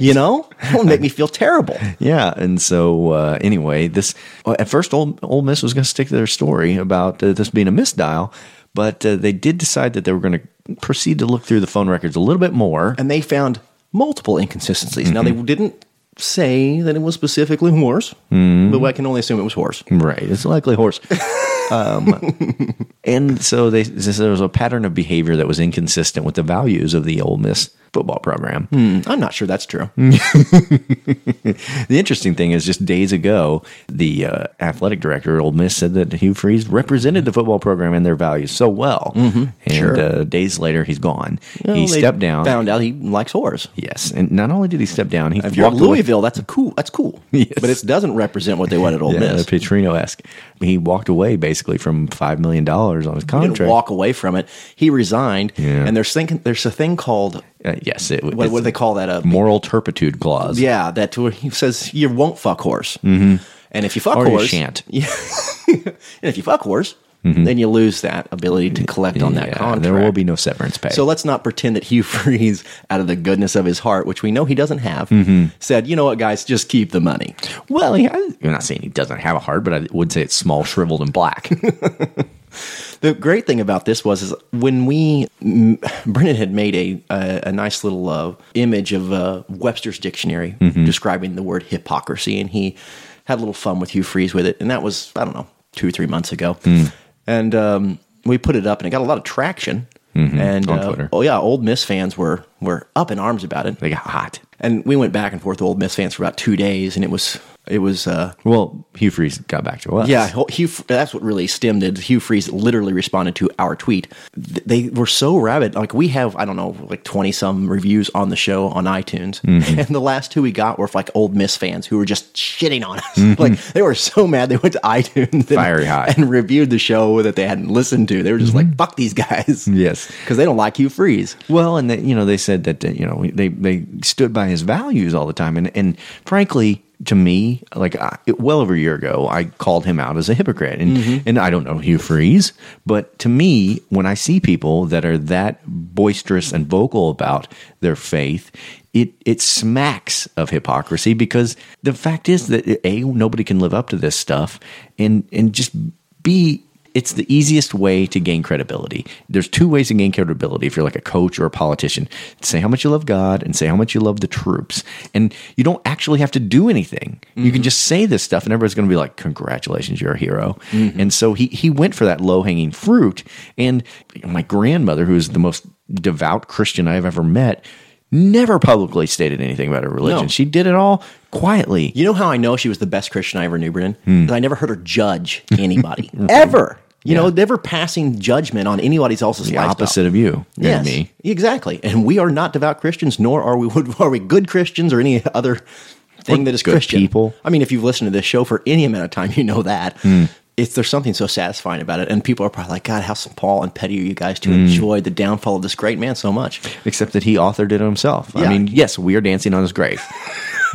S1: You know, that would make me feel terrible.
S6: Yeah, and so uh, anyway, this well, at first Old Ole Miss was going to stick to their story about uh, this being a misdial, but uh, they did decide that they were going to proceed to look through the phone records a little bit more,
S1: and they found multiple inconsistencies. Now
S6: Mm-hmm.
S1: they didn't say that it was specifically horse,
S6: Mm-hmm.
S1: but I can only assume it was horse.
S6: Right, it's likely horse. um, and so they so there was a pattern of behavior that was inconsistent with the values of the Ole Miss football program.
S1: Hmm, I'm not sure that's true.
S6: Mm, The interesting thing is, just days ago, the uh, athletic director at Ole Miss said that Hugh Freeze represented the football program and their values so well. And
S1: Mm-hmm. Sure.
S6: uh, days later, he's gone.
S1: Well,
S6: he
S1: they
S6: stepped down.
S1: Found out he likes whores.
S6: yes, and not only did he step down, he
S1: If you're at
S6: walked away-
S1: Louisville, that's a cool. That's cool. But it doesn't represent what they want at Ole
S6: Yeah,
S1: Miss.
S6: Petrino esque. He walked away basically from five million dollars on his
S1: He didn't
S6: contract.
S1: walk away from it. He resigned.
S6: Yeah.
S1: And there's thinking there's a thing called
S6: Uh, yes, it,
S1: what, what do they call that? A
S6: moral turpitude clause.
S1: yeah, that to where he says you won't fuck horse.
S6: Mhm.
S1: And if you fuck
S6: Or you
S1: horse,
S6: shan't. Mm-hmm.
S1: Yeah. and if you fuck horse, then you lose that ability to collect on that
S6: Yeah,
S1: contract.
S6: there will be no severance pay.
S1: So let's not pretend that Hugh Freeze, out of the goodness of his heart, which we know he doesn't have,
S6: Mm-hmm.
S1: said, "You know what, guys, just keep the money."
S6: well, he has, I'm not saying he doesn't have a heart, but I would say it's small, shriveled, and black.
S1: The great thing about this was is when we m- Brennan had made a a, a nice little uh, image of uh, Webster's dictionary
S6: Mm-hmm.
S1: describing the word hypocrisy, and he had a little fun with Hugh Freeze with it, and that was I don't know two or three months ago,
S6: Hmm.
S1: and um, we put it up, and it got a lot of traction. And
S6: Mm-hmm. on
S1: uh,
S6: Twitter.
S1: oh yeah, Old Miss fans were were up in arms about it.
S6: they got hot.
S1: And we went back and forth with Old Miss fans for about two days, and it was it was uh,
S6: Well, Hugh Freeze got back to us.
S1: yeah, Hugh. That's what really stemmed it. Hugh Freeze literally responded to our tweet. Th- They were so rabid. Like we have, I don't know, like twenty some reviews on the show on iTunes,
S6: Mm-hmm.
S1: and the last two we got were like old Miss fans who were just shitting on us. Like they were so mad they went to iTunes, and,
S6: Mm-hmm. Fiery hot. Mm-hmm.
S1: and reviewed the show that they hadn't listened to. They were just like, "Fuck these guys,"
S6: Yes.
S1: because they don't like Hugh Freeze.
S6: Well, and they, you know, they said that uh, you know they they stood by his values all the time, and and frankly, to me, like I, well over a year ago, I called him out as a hypocrite, and and I don't know Hugh Freeze, but to me, when I see people that are that boisterous and vocal about their faith. It, it smacks of hypocrisy because the fact is that a nobody can live up to this stuff and and just b it's the easiest way to gain credibility. There's two ways to gain credibility if you're like a coach or a politician. Say how much you love God and say how much you love the troops. And you don't actually have to do anything. You
S1: Mm-hmm.
S6: can just say this stuff and everybody's going to be like, Congratulations, you're a hero.
S1: Mm-hmm.
S6: And so he, he went for that low hanging fruit. And my grandmother, who is the most devout Christian I've ever met, never publicly stated anything about her religion.
S1: No.
S6: She did it all quietly.
S1: You know how I know she was the best Christian I ever knew, Brennan?
S6: Hmm.
S1: Because I never heard her judge anybody ever. You know, never passing judgment on anybody else's
S6: The
S1: lifestyle.
S6: opposite of you and
S1: Yes,
S6: me.
S1: exactly. And we are not devout Christians, nor are we would are we good Christians or any other thing
S6: We're
S1: that is
S6: good
S1: Christian.
S6: people. Hmm.
S1: I mean, if you've listened to this show for any amount of time, you know that. It's there's something so satisfying about it, and people are probably like, "God, how St. Paul and petty are you guys
S6: Hmm.
S1: to enjoy the downfall of this great man so much?"
S6: except that he authored it himself.
S1: Yeah.
S6: I mean, yes, we are dancing on his grave,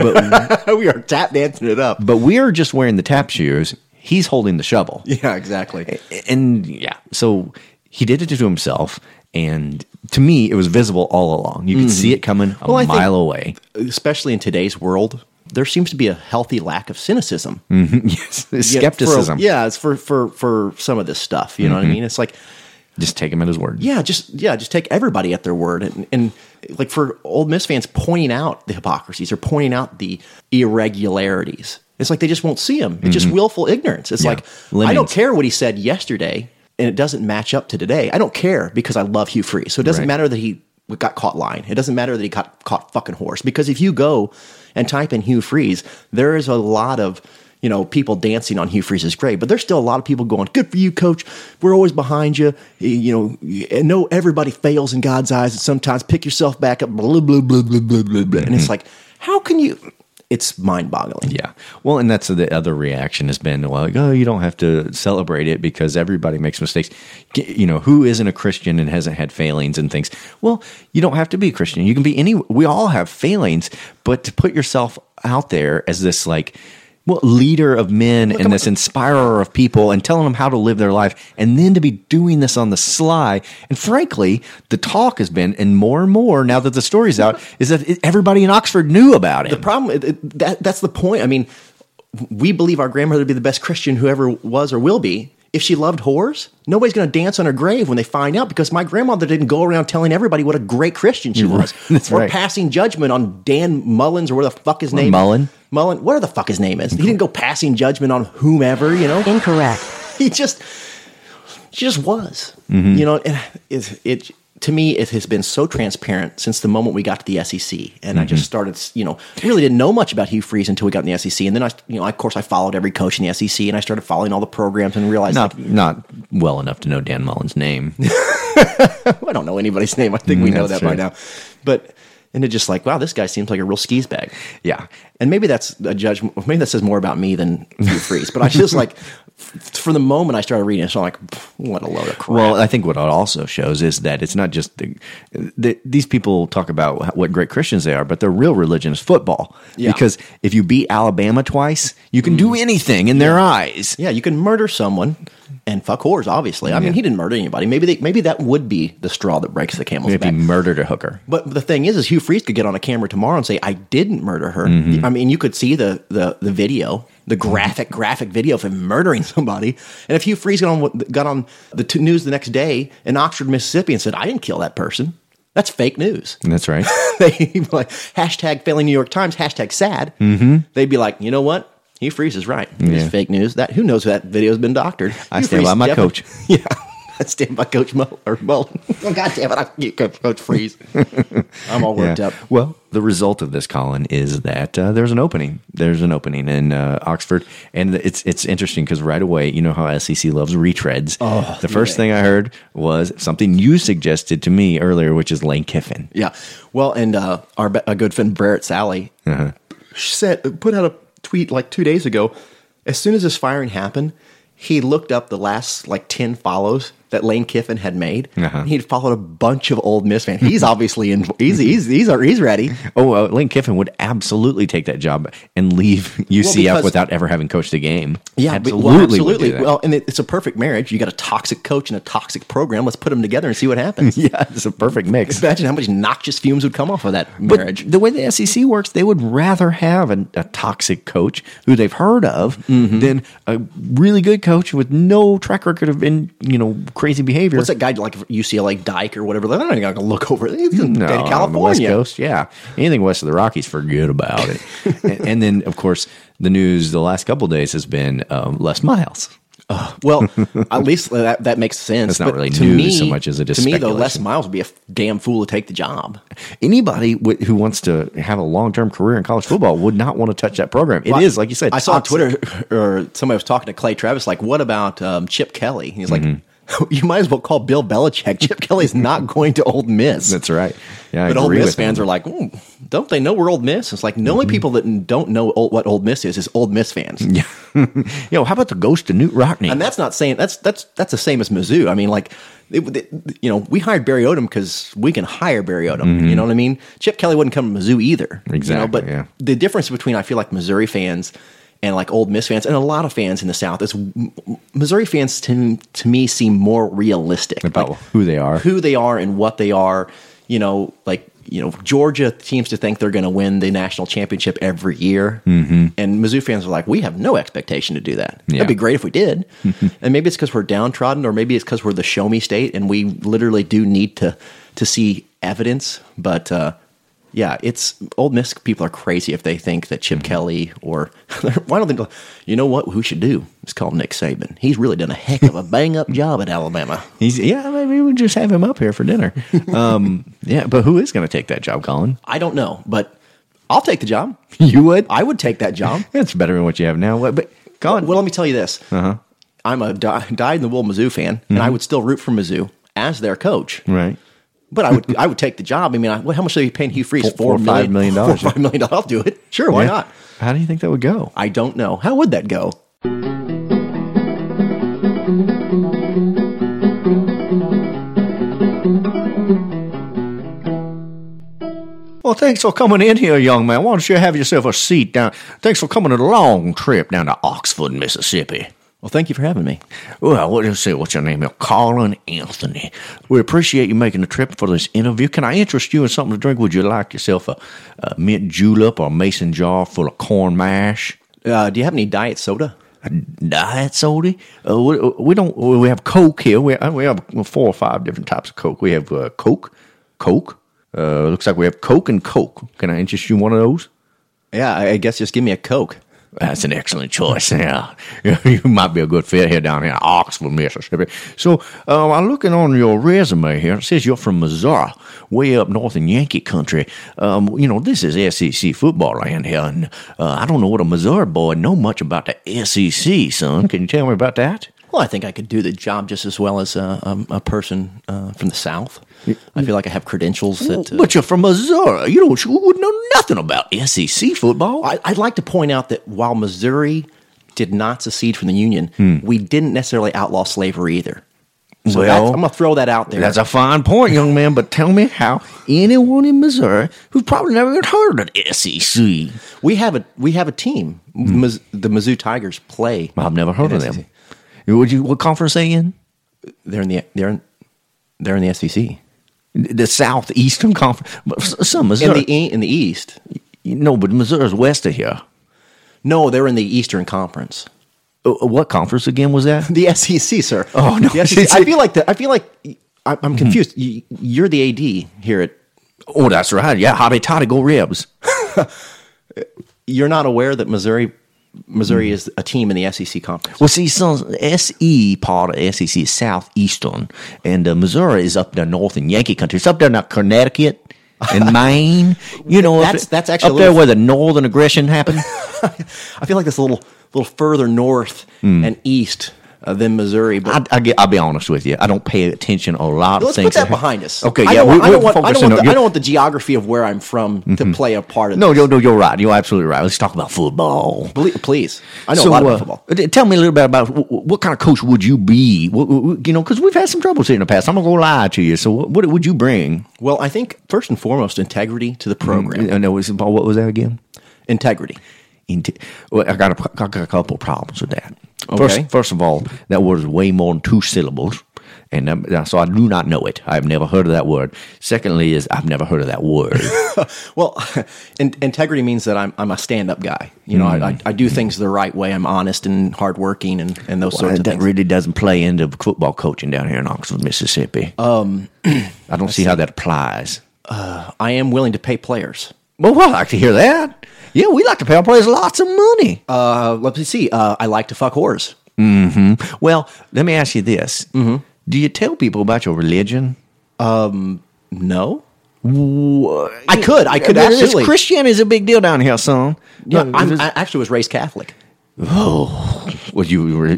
S1: we are tap dancing it up.
S6: but we are just wearing the tap shoes. He's holding the shovel.
S1: Yeah, exactly.
S6: And yeah, so he did it to himself. And to me, it was visible all along. You could see it coming a
S1: Mm-hmm. Well, I think-
S6: mile away.
S1: especially in today's world, there seems to be a healthy lack of cynicism,
S6: Mhm. Yes.
S1: Yeah,
S6: Skepticism.
S1: for- yeah, it's for for for some of this stuff. You know what I
S6: Mhm.
S1: mean? It's like
S6: Just take him at his word.
S1: yeah, just yeah, just take everybody at their word, and, and like for Old Miss fans, pointing out the hypocrisies or pointing out the irregularities. It's like they just won't see them. It's just
S6: Mhm.
S1: willful ignorance. It's like I don't
S6: Lemmings.
S1: care what he said yesterday, and it doesn't match up to today. I don't care because I love Hugh Freeze. So it doesn't
S6: Right.
S1: matter that he got caught lying. It doesn't matter that he got caught fucking horse because if you go and type in Hugh Freeze, there is a lot of you know people dancing on Hugh Freeze's grave, but there's still a lot of people going, "Good for you, coach. We're always behind you. You know, and no everybody fails in God's eyes, and sometimes pick yourself back up." Blah blah blah blah blah blah blah. And it's like, how can you? It's mind-boggling.
S6: Yeah. Well, and that's the other reaction has been like, oh, you don't have to celebrate it because everybody makes mistakes. G- You know, who isn't a Christian and hasn't had failings and things? Well, you don't have to be a Christian. You can be any. We all have failings, but to put yourself out there as this like. Well, leader of men and this inspirer of people and telling them how to live their life and then to be doing this on the sly and frankly the talk has been and more and more now that the story's out is that it- everybody in oxford knew about it
S1: The problem it- it- that that's the point. I mean, we believe our grandmother to be the best Christian who ever was or will be. If she loved whores, nobody's going to dance on her grave when they find out because my grandmother didn't go around telling everybody what a great Christian she was.
S6: That's
S1: or
S6: right.
S1: passing judgment on Dan Mullins or whatever the fuck his
S6: Or
S1: name
S6: Mullen.
S1: Mullen, whatever the fuck his name is. He didn't go passing judgment on whomever, you know? Incorrect. he just, she just was.
S6: Mhm.
S1: You know, and it, it to me it has been so transparent since the moment we got to the SEC, and I
S6: Mm-hmm.
S1: just started. You know, really didn't know much about Hugh Freeze until we got in the SEC, and then I, you know, of course, I followed every coach in the SEC, and I started following all the programs and realized
S6: not not well enough to know Dan Mullen's name.
S1: "Oh, I don't know anybody's name. I think we
S6: Mm,
S1: know
S6: that's
S1: that by
S6: true.
S1: now. But and it just like, wow, this guy seems like a real skis bag.
S6: Yeah.
S1: And maybe that's a judgment. Maybe that says more about me than Hugh Freeze. But I just like, f- from the moment I started reading it, so I'm like, what a load of crap.
S6: Well, I think what it also shows is that it's not just the, the these people talk about wh- what great Christians they are, but their real religion is football.
S1: Yeah. Mm.
S6: Because if you beat Alabama twice, you can do anything in their eyes.
S1: Yeah, you can murder someone and fuck whores. Obviously, I mean, he didn't murder anybody. Maybe they, maybe that would be the straw that breaks the camel's
S6: If
S1: back.
S6: you murdered a hooker,
S1: but the thing is, is Hugh Freeze could get on a camera tomorrow and say, "I didn't murder her." I mean, you could see the the the video, the graphic graphic video of him murdering somebody. And if Hugh Freeze got on got on the t- news the next day in Oxford, Mississippi, and said, "I didn't kill that person," that's fake news.
S6: that's right.
S1: They'd be like hashtag failing New York Times hashtag sad. Mm-hmm. They'd be like, you know what? Hugh Freeze is right. It's
S6: Yeah.
S1: fake news. That who knows that video's been doctored.
S6: I
S1: Hugh
S6: stand
S1: Freeze
S6: by my
S1: defi-
S6: coach.
S1: Yeah, I stand by Coach Mull or Mullen. oh, God damn it! I you Coach, coach Freeze. I'm all worked
S6: Yeah.
S1: up.
S6: Well, the result of this, Colin, is that uh, there's an opening. There's an opening in uh, Oxford, and it's it's interesting because right away, you know how SEC loves retreads.
S1: Oh,
S6: the first
S1: yeah.
S6: thing I heard was something you suggested to me earlier, which is Lane Kiffin.
S1: Yeah. Well, and uh, our be- a good friend Barrett Sally
S6: Uh-huh.
S1: sent put out a tweet like two days ago. As soon as this firing happened, he looked up the last like ten follows that Lane Kiffin had made.
S6: Uh-huh.
S1: And He'd followed a bunch of old Miss fans. He's obviously in. He's he's he's, he's ready.
S6: Oh, uh, Lane Kiffin would absolutely take that job and leave UCF
S1: because-
S6: without ever having coached a game.
S1: Yeah, but-
S6: absolutely,
S1: well,
S6: would
S1: absolutely.
S6: do that.
S1: Well, and it, it's a perfect marriage. You got a toxic coach and a toxic program. Let's put them together and see what happens.
S6: yeah, it's a perfect mix.
S1: Imagine how much noxious fumes would come off of that
S6: But
S1: marriage.
S6: the way the SEC works, they would rather have an, a toxic coach who they've heard of
S1: Mm-hmm.
S6: than a really good coach with no track record of in you know crazy behavior.
S1: What's that guy like UCLA Dyke or whatever? They're not even going to look over. He's in
S6: No, on the
S1: California.
S6: West Coast, yeah. Anything west of the Rockies, forget about it. and, and then, of course, the news the last couple days has been um, Les Miles.
S1: Well, at least that, that makes
S6: That's
S1: sense.
S6: not
S1: But
S6: really
S1: to
S6: news
S1: me-
S6: so much as it is
S1: To me, though,
S6: speculation.
S1: Les Miles would be a f- damn fool to take the job.
S6: Anybody w- who wants to have a long term career in college football would not want to touch that program. It is
S1: Well,
S6: like you said.
S1: I saw on
S6: toxic.
S1: Twitter or somebody was talking to Clay Travis, like, what about um, Chip Kelly? He's like,
S6: Mm-hmm.
S1: you might as well call Bill Belichick. Chip Kelly's not going to Old Miss.
S6: That's right. Yeah, I
S1: but Old
S6: agree
S1: Miss
S6: with him. Mm-hmm.
S1: fans are like, "Ooh, don't they know we're Old Miss? It's like, the only people that don't know old, what Old Miss is is Old Miss fans.
S6: Yeah. Yo, how about the ghost of Newt Rockney?
S1: And that's not saying that's that's that's the same as Mizzou. I mean, like, it, it- you know, we hired Barry Odom because we can hire Barry Odom. You know what I mean? Chip Kelly wouldn't come to Mizzou either. you know,
S6: Mm-hmm. Exactly,
S1: but
S6: yeah.
S1: the difference between I feel like Missouri fans and like Old Miss fans and a lot of fans in the South is M- M- Missouri fans to to me seem more realistic
S6: About
S1: Like,
S6: who they are.
S1: who they are, and what they are. You know, like. you know, Georgia seems to think they're going to win the national championship every year,
S6: Mm-hmm.
S1: and Mizzou fans are like, we have no expectation to do that. it
S6: Yeah.
S1: That'd be great if we did. and maybe it's because we're downtrodden, or maybe it's because we're the show me state, and we literally do need to to see evidence. But uh, yeah, it's Old Miss people are crazy if they think that
S6: Mm-hmm.
S1: Chip Kelly or why don't they? go, You know what? Who should do? It's called Nick Saban. He's really done a heck of a bang up job at Alabama.
S6: He's yeah. Maybe we just have him up here for dinner. um, yeah, but who is going to take that job, Colin?
S1: I don't know, but I'll take the job.
S6: You would?
S1: I would take that job.
S6: It's better than what you have now. What- But Colin,
S1: Well, let me tell you this.
S6: uh
S1: I'm a die, in the wool Mizzou fan, and I would still root for Mizzou as their coach.
S6: huh, Mm-hmm. right.
S1: But I would I would take the job. I mean, I, well, how much are you paying Hugh Freeze?
S6: Four- four or five million dollars.
S1: Four or five million dollars. I'll do it. Sure, why
S6: Yeah.
S1: not?
S6: How do you think that would go?
S1: I don't know. How would that go?
S6: Well, thanks for coming in here, young man. Why don't you have yourself a seat down? Thanks for coming on a long trip down to Oxford, Mississippi.
S1: Well, thank you for having me.
S6: Well, what you say? What's your name? Here? Colin Anthony. We appreciate you making the trip for this interview. Can I interest you in something to drink? Would you like yourself a, a mint julep or a mason jar full of corn mash?
S1: Uh, do you have any diet soda?
S6: diet soda. Uh, we, we don't. We have Coke here. We uh, we have four or five different types of Coke. We have uh, Coke, Coke. Uh, looks like we have Coke and Coke. Can I interest you in one of those?
S1: Yeah, I I guess just give me a Coke.
S6: That's an excellent choice. Yeah, you might be a good fit here down here in Oxford, Mississippi. So um, I'm looking on your resume here. It says you're from Missouri, way up north in Yankee country. Um, you know, this is SEC football land here, and uh, I don't know what a Missouri boy know much about the SEC, son. Can you tell me about that?
S1: Well, I think I could do the job just as well as uh, um, a person uh, from the South. I feel like I have credentials that. Uh,
S6: But you're from Missouri. You don't. You wouldn't know nothing about SEC football.
S1: I, I'd like to point out that while Missouri did not secede from the Union,
S6: Hmm.
S1: we didn't necessarily outlaw slavery either. So
S6: Well,
S1: that's- I'm going to throw that out there.
S6: That's a fine point, young man. But tell me how anyone in Missouri who's probably never even heard of the E SEC.
S1: we have a we have a team.
S6: Hmm.
S1: Miz, the Mizzou Tigers play.
S6: I've never heard
S1: in
S6: of
S1: SEC.
S6: them. Would you? What conference they in?
S1: They're in the they're in, they're in the E SEC.
S6: The Southeastern Conference. But s- Some
S1: In
S6: Missouri.
S1: the e, in the East.
S6: no, but Missouri's west of here.
S1: No, they're in the Eastern Conference.
S6: Uh, uh, What conference again was that?
S1: The SEC, sir.
S6: Oh, no. Mm-hmm.
S1: The SEC. I feel like the, I feel like I, I'm confused. You, you're the AD here at.
S6: Oh, that's right. Yeah, Hobby Toddy Go Ribs.
S1: You're not aware that Missouri
S6: Mm.
S1: Missouri is a team in the SEC conference.
S6: Well, see, some SE part of SEC is southeastern, and uh, Missouri is up there north in Yankee country. It's up there in Connecticut and Maine. You know, up
S1: That's-
S6: there-
S1: that's actually a
S6: up there
S1: little-
S6: where the northern aggression happened.
S1: I feel like that's a little little further north
S6: Mm.
S1: and east uh, than Missouri. But
S6: I, I get, I'll be honest with you. I don't pay attention a lot of
S1: let's
S6: things.
S1: put that behind us.
S6: Okay,
S1: I
S6: yeah,
S1: don't,
S6: we-
S1: I
S6: we're
S1: don't want, I
S6: focusing
S1: don't want
S6: on- Mm-hmm.
S1: the, I don't want the geography of where I'm from to play a part of.
S6: No,
S1: this.
S6: no, no, you're right. You're absolutely right. Let's talk about football.
S1: Believe- please. I know a lot about football.
S6: uh, t- Tell me a little bit about wh- wh- what kind of coach would you be? What, what- you know, because we've had some troubles here in the past. I'm not gonna lie to you. So, what, what would you bring?
S1: Well, I think first and foremost, integrity to the program.
S6: Uh, no, was- what was that again?
S1: Integrity.
S6: Inte- well, I got a, I got a couple problems with that. First,
S1: Okay.
S6: first of all, that word is way more than two syllables, and um, so I do not know it. I've never heard of that word. Secondly, is I've never heard of that word.
S1: Well, in, integrity means that I'm, I'm a stand up guy. You know, I, I,
S6: Mm-hmm.
S1: I do things the right way. I'm honest and hardworking and, and those
S6: Well,
S1: sorts of
S6: that
S1: things.
S6: really doesn't play into football coaching down here in Oxford, Mississippi. Um, I don't see how that applies.
S1: I am willing to pay players.
S6: Well, well, I like to hear that. Yeah, we like to pay our players lots of money.
S1: Uh, let's see. Uh, I like to fuck whores.
S6: well, let me ask you this: Do you tell people about your religion?
S1: No. I could. I could
S6: It Mm, is-
S1: absolutely.
S6: Christianity is a big deal down here, son.
S1: Yeah,
S6: No,
S1: I'm,
S6: this-
S1: I actually was raised Catholic.
S6: oh, What you were?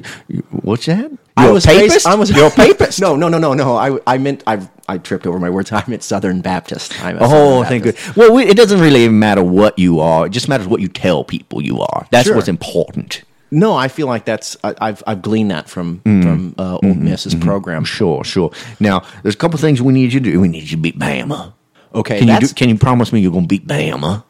S6: What's that?
S1: I
S6: You're
S1: was
S6: a papist.
S1: Raised, I was
S6: You're a papist.
S1: no, no, no, no, no. I, I meant I I tripped over my words. I meant Southern Baptist. I'm a
S6: Oh,
S1: Southern
S6: thank
S1: Baptist.
S6: good. Well, we, it doesn't really even matter what you are. It just matters what you tell people you are. That's
S1: Sure.
S6: what's important.
S1: No, I feel like that's I, I've I've gleaned that from from uh, Old Miss's program.
S6: Sure, sure. Now, there's a couple things we need you to do. We need you to beat Bama.
S1: Okay,
S6: Can you,
S1: that's
S6: do,
S1: Uh-huh.
S6: can you promise me you're going to beat Bama?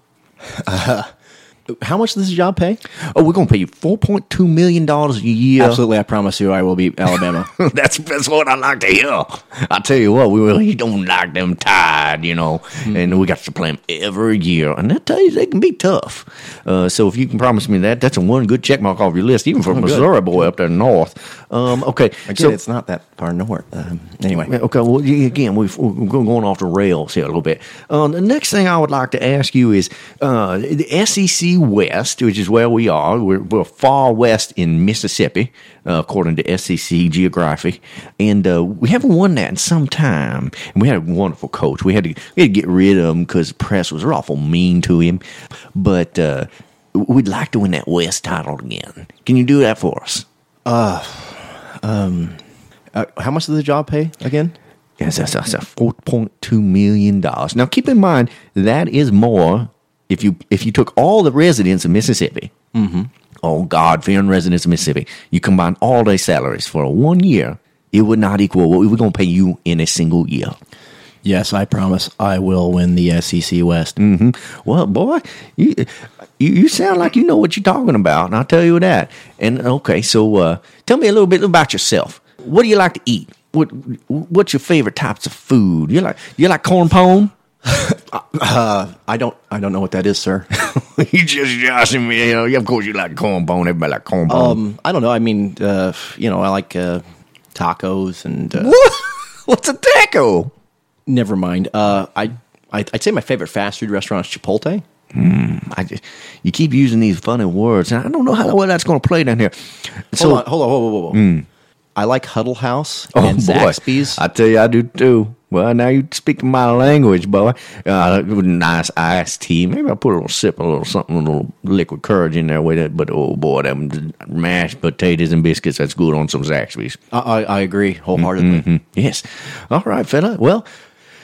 S1: How much does this job pay?
S6: Oh, we're going to pay you four point two million dollars a year.
S1: Absolutely, I promise you, I will be Alabama.
S6: that's that's what I like to hear. I tell you what, we really don't like them tied, you know,
S1: Mm-hmm.
S6: and we got to play them every year, and I tell you they can be tough. Uh, so if you can promise me that, that's a one good check mark off your list, even for a
S1: Oh, good.
S6: Missouri boy up there north. Um, okay,
S1: I get
S6: so-
S1: it, it's not that far north. Um, anyway,
S6: yeah, Okay. Well, yeah, again, we've, we're going off the rails here a little bit. Um, the next thing I would like to ask you is uh, the SEC West, which is where we are. We're, we're far west in Mississippi, uh, according to SEC geography, and uh, we haven't won that in some time. And we had a wonderful coach. We had to, we had to get rid of him because the press was awful mean to him. But uh, we'd like to win that West title again. Can you do that for us?
S1: Uh, um, uh, how much does the job pay again?
S6: Yes, that's, that's a four point two million dollars. Now, keep in mind that is more if you if you took all the residents of Mississippi, mm-hmm. all God fearing residents of Mississippi, you combine all their salaries for one year, it would not equal what we were going to pay you in a single year.
S1: Yes, I promise I will win the SEC West.
S6: hmm Well, boy, you, you you sound like you know what you're talking about, and I'll tell you that. And okay, so uh, tell me a little bit about yourself. What do you like to eat? What what's your favorite types of food? You like you like corn pone?
S1: Uh, I don't, I don't know what that is, sir.
S6: you just joshing me. You know, yeah, of course you like corn bone. Everybody like corn bone.
S1: Um, I don't know. I mean, uh, you know, I like uh, tacos and. Uh,
S6: What's a taco?
S1: Never mind. Uh, I, I I'd say my favorite fast food restaurant is Chipotle.
S6: I just, you keep using these funny words, and I don't know how well that's going to play down here. So,
S1: hold on, hold on, whoa, whoa, whoa, whoa. I like Huddle House
S6: oh
S1: and
S6: boy,
S1: Zaxby's.
S6: I tell you, I do too. Well, now you speak my language, boy. Uh, with nice iced tea. Maybe I'll put a little sip, a little something, a little liquid courage in there with it. But oh boy, them mashed potatoes and biscuits, that's good on some Zaxby's.
S1: I, I, I agree wholeheartedly.
S6: Mhm. Yes. All right, fella. Well,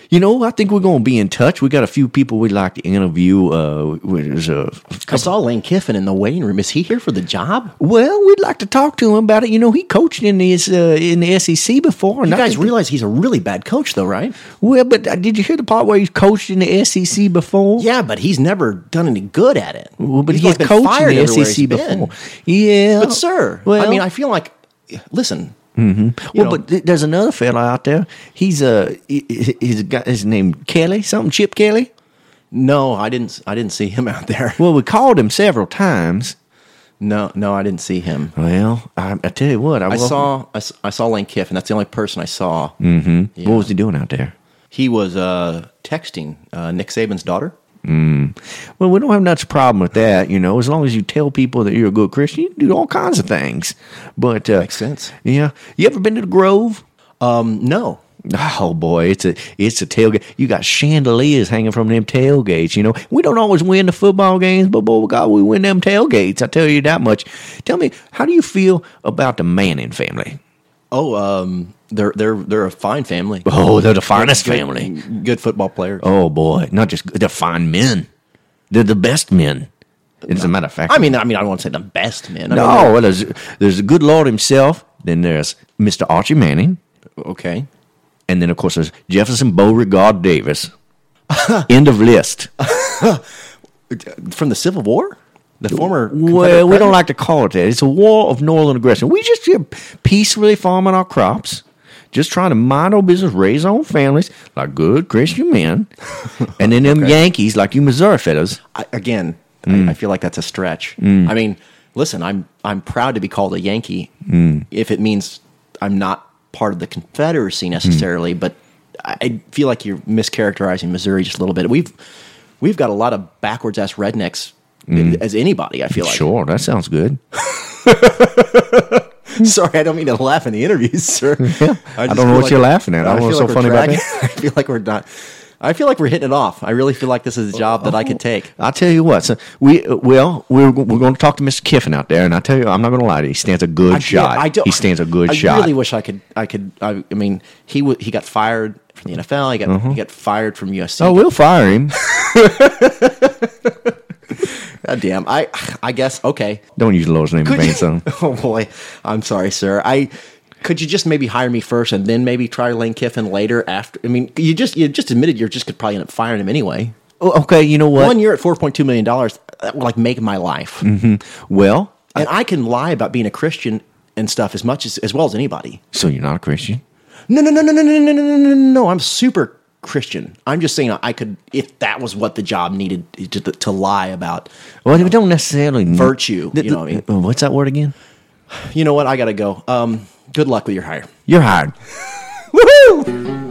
S6: you know, I think we're going to be in touch. We got a few people we'd like to interview. Uh, we- there's a
S1: I saw Lane Kiffin in the waiting room. Is he here for the job?
S6: well, we'd like to talk to him about it. You know, he coached in his uh, in the SEC before.
S1: You
S6: and I
S1: guys
S6: think-
S1: realize he's a really bad coach, though, right?
S6: well, but uh, did you hear the part where he coached in the SEC before?
S1: Yeah, but he's never done any good at it.
S6: Well, but
S1: He's
S6: he was
S1: always been
S6: coached in
S1: fired
S6: the
S1: everywhere
S6: SEC
S1: he's been.
S6: before. Yeah,
S1: But sir,
S6: Well,
S1: I mean, I feel like listen.
S6: Well,
S1: know-
S6: but th- there's another fella out there. He's uh, he- he- he's a guy. His name Kelly, something Chip Kelly.
S1: No, I didn't. I didn't see him out there.
S6: Well, we called him several times.
S1: No, no, I didn't see him.
S6: Well, I, I tell you what, I,
S1: I
S6: will-
S1: saw. I, s- I saw Lane Kiffin. That's the only person I saw.
S6: What was he doing out there?
S1: He was uh, texting uh, Nick Saban's daughter.
S6: Well, we don't have much problem with that, you know. As long as you tell people that you're a good Christian, you can do all kinds of things. But uh,
S1: Makes sense.
S6: Yeah, you ever been to the Grove?
S1: Um, no,
S6: Oh boy, it's a it's a tailgate. You got chandeliers hanging from them tailgates. You know, we don't always win the football games, but boy, God, we win them tailgates. I tell you that much. Tell me, how do you feel about the Manning family?
S1: Oh, um, they're they're they're a fine family.
S6: Oh, they're the finest
S1: Good-
S6: family.
S1: Good football players.
S6: Oh boy, not just they're fine men. They're the best men. As a matter of fact,
S1: I mean, I mean, I won't say the best man. I
S6: no,
S1: mean,
S6: well, there's there's the good Lord himself. Then there's Mr. Archie Manning,
S1: they're- okay.
S6: and then of course there's Jefferson Beauregard Davis. End of list.
S1: From the Civil War, the former. Confederate
S6: Well, we don't
S1: president?
S6: like to call it that. It's a war of northern aggression. We just here peacefully farming our crops, just trying to mind our business, raise our own families like good Christian men, and then them Yankees like you Missouri fellas.
S1: I, again.
S6: Mm.
S1: I, I feel like that's a stretch. I mean, listen, I'm I'm proud to be called a Yankee
S6: Mm.
S1: if it means I'm not part of the Confederacy
S6: Mm.
S1: necessarily, but I, I feel like you're mischaracterizing Missouri just a little bit. We've we've got a lot of backwards ass rednecks. As anybody, I feel like.
S6: Mm. Sure, that sounds good.
S1: Sorry, I don't mean to laugh in the interviews, sir.
S6: I
S1: just
S6: don't know
S1: feel
S6: what you're laughing at. I don't
S1: feel
S6: know what's so
S1: we're
S6: funny about
S1: dragging- I feel like we're not. I feel like we're hitting it off. I really feel like this is a job that I could take.
S6: I'll tell you what. So we uh, well, we're we're going to talk to Mr. Kiffin out there, and I tell you, I'm not going to lie to you. He stands a good
S1: I can't-
S6: shot.
S1: I don't,
S6: he stands a good
S1: I
S6: shot.
S1: really wish I could. I could. I, I mean, he w- he got fired from the NFL. He got he got fired from USC.
S6: Mm-hmm. oh, we'll fire him.
S1: God damn. I I guess okay.
S6: don't use the Lord's name in
S1: Could
S6: vain,
S1: you-
S6: son.
S1: Oh boy, I'm sorry, sir. I could you just maybe hire me first and then maybe try Lane Kiffin later. After I mean, you just you just admitted you're just could probably end up firing him anyway.
S6: Oh, okay, you know what?
S1: One year at four point two million dollars, that would like make my life.
S6: Mm-hmm. Well,
S1: and I, can lie about being a Christian and stuff as much as as well as anybody.
S6: So you're not a Christian?
S1: No, no, no, no, no, no, no, no, no, no. no. I'm super Christian. I'm just saying I could if that was what the job needed to, to lie about.
S6: Well, we don't necessarily
S1: virtue. you know what I mean?
S6: What's that word again?
S1: You know what? I gotta go. Um, good luck with your hire.
S6: You're hired.
S1: Woohoo!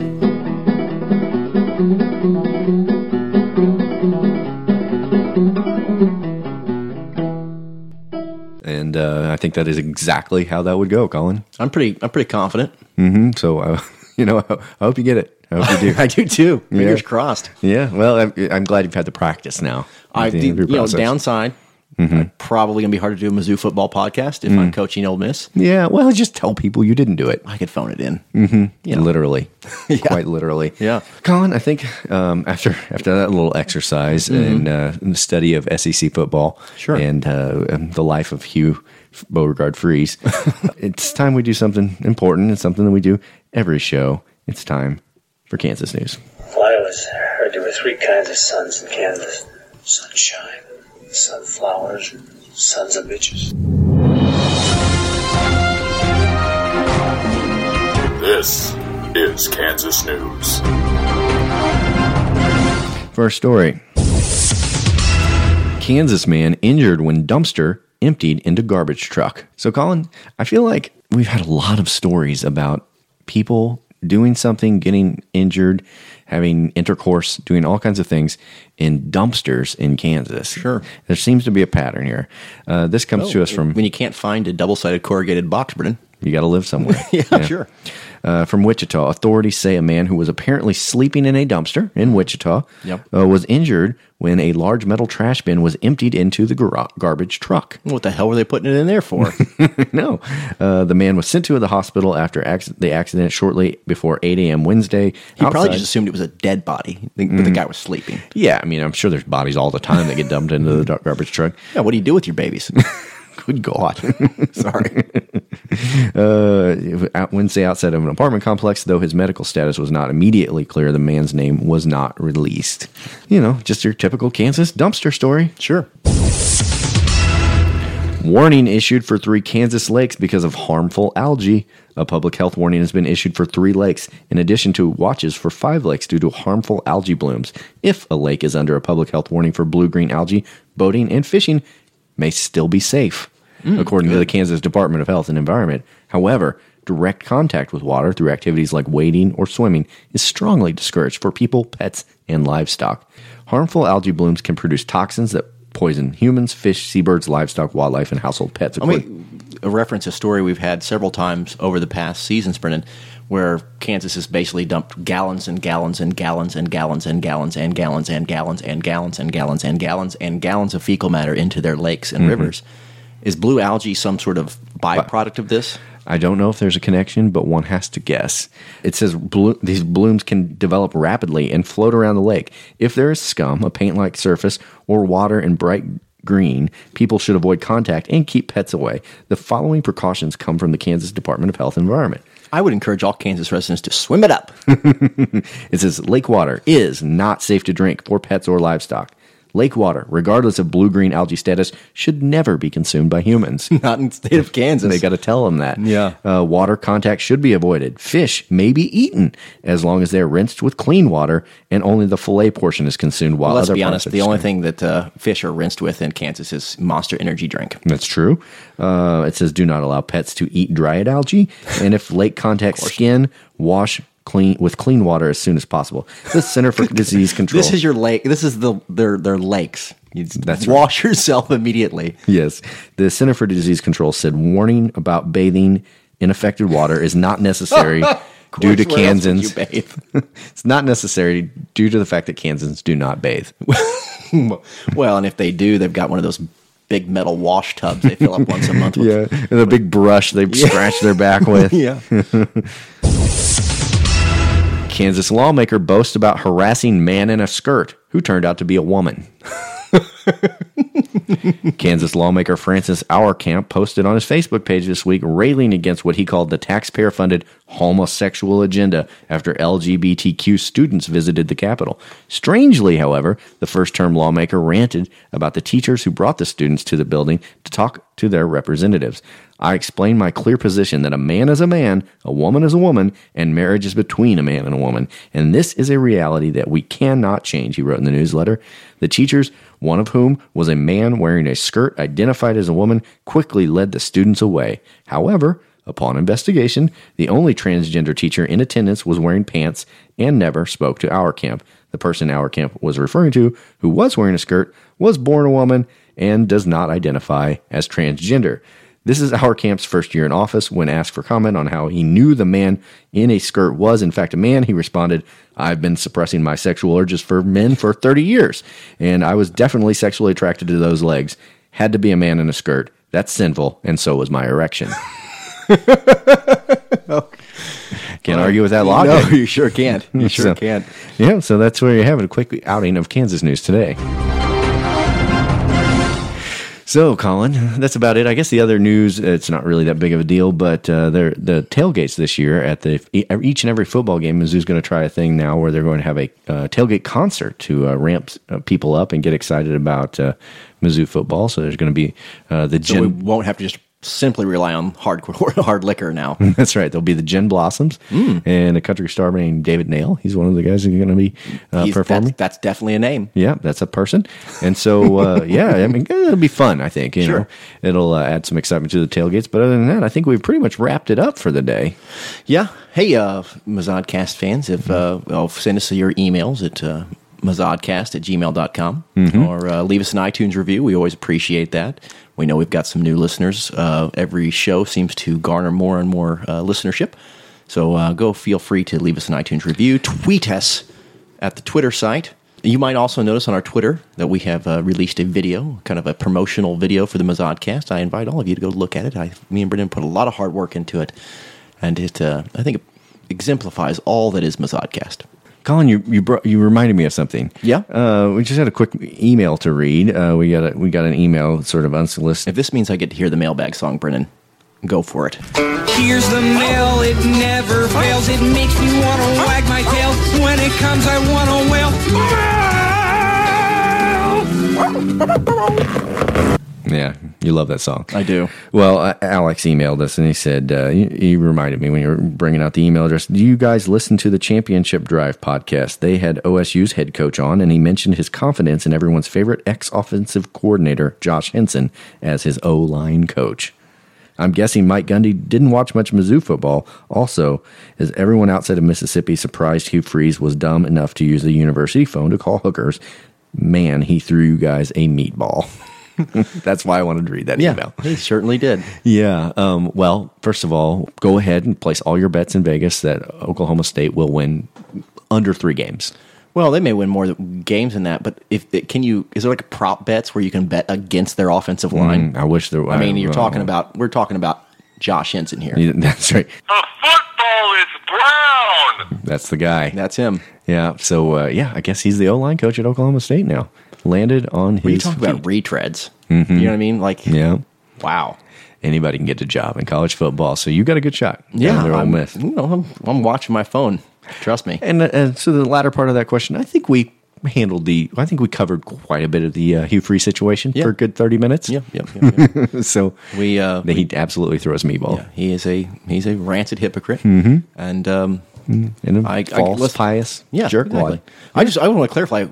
S6: and uh, I think that is exactly how that would go, Colin.
S1: I'm pretty, I'm pretty confident.
S6: Mm-hmm. So, uh, you know, I hope you get it. I hope you do.
S1: I do too. Fingers yeah. crossed.
S6: Yeah. Well, I'm, I'm, glad you've had the practice now.
S1: I the, the you know, downside. Mm-hmm. probably gonna be hard to do a Mizzou football podcast if mm. I'm coaching Ole Miss.
S6: Yeah, well, just tell people you didn't do it.
S1: I could phone it in.
S6: Mm-hmm. You know. Literally, yeah. quite literally.
S1: Yeah,
S6: Colin, I think um, after after that little exercise mm-hmm. and uh, study of SEC football,
S1: sure,
S6: and, uh, and the life of Hugh Beauregard Freeze, it's time we do something important. It's something that we do every show. It's time for Kansas news.
S8: Well, I always heard there were three kinds of suns in Kansas: sunshine sunflowers, sons of bitches.
S9: This is Kansas News.
S6: First story Kansas man injured when dumpster emptied into garbage truck. So, Colin, I feel like we've had a lot of stories about people doing something, getting injured, having intercourse, doing all kinds of things in dumpsters in Kansas.
S1: Sure.
S6: There seems to be a pattern here. Uh, this comes oh, to us from.
S1: When you can't find a double sided corrugated box, Brennan.
S6: You got to live somewhere.
S1: yeah, yeah, sure.
S6: Uh, from Wichita, authorities say a man who was apparently sleeping in a dumpster in Wichita
S1: Mm-hmm. yep.
S6: uh, was injured when a large metal trash bin was emptied into the gar- garbage truck.
S1: What the hell were they putting it in there for?
S6: no. Uh, the man was sent to the hospital after ac- the accident shortly before 8 a.m. Wednesday.
S1: He outside. probably just assumed it was a dead body, but mm. the guy was sleeping.
S6: Yeah, I mean, I'm sure there's bodies all the time that get dumped into the garbage truck.
S1: Yeah, what do you do with your babies?
S6: Good God.
S1: Sorry.
S6: uh, Wednesday, outside of an apartment complex, though his medical status was not immediately clear, the man's name was not released. You know, just your typical Kansas dumpster story.
S1: Sure.
S6: Warning issued for three Kansas lakes because of harmful algae. A public health warning has been issued for three lakes, in addition to watches for five lakes due to harmful algae blooms. If a lake is under a public health warning for blue green algae, boating and fishing may still be safe, mm, according good. to the Kansas Department of Health and Environment. However, direct contact with water through activities like wading or swimming is strongly discouraged for people, pets, and livestock. Harmful algae blooms can produce toxins that poison humans, fish, seabirds, livestock, wildlife, and household pets.
S1: I mean, a reference, a story we've had several times over the past seasons, Brennan, where Kansas has basically dumped gallons and gallons and gallons and gallons and gallons and gallons and gallons and gallons and gallons and gallons and gallons of fecal matter into their lakes and
S6: Mm-hmm.
S1: rivers. Is blue algae some sort of byproduct of this?
S6: I don't know if there's a connection, but one has to guess. It says blo- these blooms can develop rapidly and float around the lake. If there is scum, a paint like surface, or water in bright green, people should avoid contact and keep pets away. The following precautions come from the Kansas Department of Health and Environment.
S1: I would encourage all Kansas residents to swim it up.
S6: it says lake water is not safe to drink for pets or livestock. Lake water, regardless of blue green algae status, should never be consumed by humans.
S1: Not in the state of Kansas.
S6: they got to tell them that.
S1: Yeah.
S6: Uh, water contact should be avoided. Fish may be eaten as long as they're rinsed with clean water and only the fillet portion is consumed while
S1: well, let's
S6: other
S1: be honest, the only thing that uh, fish are rinsed with in Kansas is monster energy drink.
S6: That's true. Uh, it says do not allow pets to eat dried algae. and if lake contact skin, wash clean with clean water as soon as possible. The Center for Disease Control.
S1: This is your lake. This is the their their lakes. You That's wash right. yourself immediately.
S6: Yes, the Center for Disease Control said warning about bathing in affected water is not necessary. due to Kansans, it's not necessary due to the fact that Kansans do not bathe.
S1: well, and if they do, they've got one of those big metal wash tubs they fill up once a month. With,
S6: yeah, and the big brush they yeah. scratch their back with.
S1: yeah.
S6: Kansas lawmaker boasts about harassing man in a skirt who turned out to be a woman. Kansas lawmaker Francis Auerkamp posted on his Facebook page this week railing against what he called the taxpayer funded homosexual agenda after LGBTQ students visited the Capitol. Strangely, however, the first term lawmaker ranted about the teachers who brought the students to the building to talk to their representatives. I explain my clear position that a man is a man, a woman is a woman, and marriage is between a man and a woman. And this is a reality that we cannot change, he wrote in the newsletter. The teachers, one of whom was a man wearing a skirt identified as a woman, quickly led the students away. However, Upon investigation, the only transgender teacher in attendance was wearing pants and never spoke to our camp. The person our camp was referring to, who was wearing a skirt, was born a woman and does not identify as transgender. This is our camp's first year in office. When asked for comment on how he knew the man in a skirt was, in fact, a man, he responded, I've been suppressing my sexual urges for men for 30 years, and I was definitely sexually attracted to those legs. Had to be a man in a skirt. That's sinful, and so was my erection. Can't argue with that logic.
S1: No, you sure can't. You sure
S6: So-
S1: can't.
S6: Yeah, so that's where you have it. A quick outing of Kansas news today. So, Colin, that's about it. I guess the other news, it's not really that big of a deal, but uh, they're, the tailgates this year at the each and every football game, Mizzou's going to try a thing now where they're going to have a uh, tailgate concert to uh, ramp uh, people up and get excited about uh, Mizzou football. So there's going to be uh, the
S1: So
S6: Gen-
S1: we won't have to just simply rely on hardcore hard liquor now.
S6: That's right. There'll be the Gin Blossoms
S1: Mm.
S6: and a country star named David Nail. He's one of the guys who's going to be uh,
S1: He's-
S6: performing.
S1: That's, that's definitely a name.
S6: yeah, that's a person. And so, uh, yeah, I mean, it'll be fun, I think. You know, it'll uh, add some excitement to the tailgates. But other than that, I think we've pretty much wrapped it up for the day.
S1: Yeah. Hey, uh, Mazodcast fans, if uh, well, send us your emails at uh, mazodcast at gmail.com
S6: Mhm.
S1: or uh, leave us an iTunes review. We always appreciate that. We know we've got some new listeners. Uh, every show seems to garner more and more uh, listenership. So uh, go feel free to leave us an iTunes review. Tweet us at the Twitter site. You might also notice on our Twitter that we have uh, released a video, kind of a promotional video for the Mazodcast. I invite all of you to go look at it. I, me and Brendan put a lot of hard work into it, and it, uh, I think, it exemplifies all that is Mazodcast.
S6: Colin, you you bro- you reminded me of something.
S1: Yeah.
S6: uh, we just had a quick email to read. Uh, we got a, we got an email, sort of unsolicited.
S1: If this means I get to hear the mailbag song, Brennan, go for it.
S10: Here's the mail, it never fails. It makes me wanna wag my tail. When it comes, I wanna wail.
S6: Yeah, you love that song.
S1: I do.
S6: Well, uh, Alex emailed us and he said, uh, he, he reminded me when you were bringing out the email address, do you guys listen to the Championship Drive podcast? They had OSU's head coach on and he mentioned his confidence in everyone's favorite ex offensive coordinator, Josh Henson, as his O line coach. I'm guessing Mike Gundy didn't watch much Mizzou football. Also, is everyone outside of Mississippi surprised Hugh Freeze was dumb enough to use the university phone to call hookers? Man, he threw you guys a meatball. That's why I wanted to read that
S1: Yeah,
S6: email.
S1: he certainly did.
S6: Yeah. Um, well, first of all, go ahead and place all your bets in Vegas that Oklahoma State will win under three games.
S1: Well, they may win more th- games than that, but if can you? Is there like prop bets where you can bet against their offensive line?
S6: Mm, I wish there.
S1: I mean, you're
S6: uh,
S1: talking about we're talking about Josh Henson here.
S6: Yeah, That's right. That's the guy.
S1: That's him.
S6: Yeah. So uh, yeah, I guess he's the O line coach at Oklahoma State now. Landed on his.
S1: Well, you talk about retreads. You know what I mean? Like,
S6: yeah.
S1: Wow.
S6: Anybody can get a job in college football, so you got a good shot.
S1: Yeah,
S6: down there, Ole
S1: I'm,
S6: Miss.
S1: you know, I'm, I'm watching my phone. Trust me.
S6: And, uh, and so the latter part of that question, I think we handled the. I think we covered quite a bit of the uh, Hugh Free situation for a good thirty minutes. Yeah,
S1: yeah.
S6: so
S1: we uh,
S6: he absolutely throws me ball.
S1: He is a he's a rancid hypocrite,
S6: Mhm.
S1: and um,
S6: And a false, pious
S1: yeah,
S6: jerkwad.
S1: I just I want to clarify: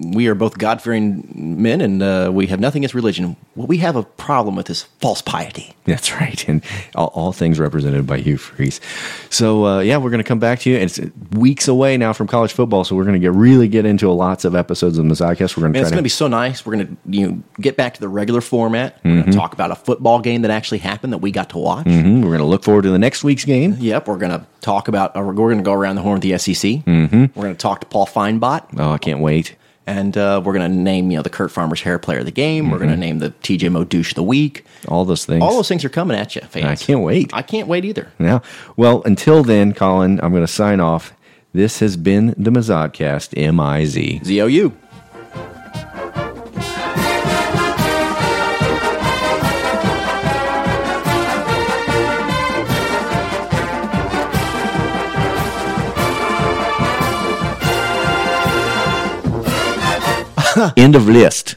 S1: we are both God fearing men, and uh, we have nothing against religion. What we have a problem with is false piety.
S6: That's right, and all, all things represented by Hugh Freeze. So uh, yeah, we're going to come back to you. It's weeks away now from college football, so we're going to get really get into lots of episodes of the Mazodcast. We're going to try
S1: Man, it's
S6: to
S1: going to be so nice. We're going to you know, get back to the regular format. We're going
S6: Mhm.
S1: to talk about a football game that actually happened that we got to watch.
S6: Mhm. We're going to look forward to the next week's game.
S1: Yep, we're going to talk about. Uh, we're going to go around the horn with the SEC.
S6: Mhm.
S1: We're going to talk to Paul Feinbot.
S6: Oh, I can't wait.
S1: And uh, we're going to name you know the Kurt Farmer's hair player of the game. We're
S6: Mm-hmm.
S1: going to name the TJ Mo douche of the week.
S6: All those things.
S1: All those things are coming at you, fans.
S6: I can't wait.
S1: I can't wait either.
S6: Yeah. Well, until then, Colin, I'm going to sign off. This has been the Mazodcast, M I Z.
S1: Z O U.
S6: End of list.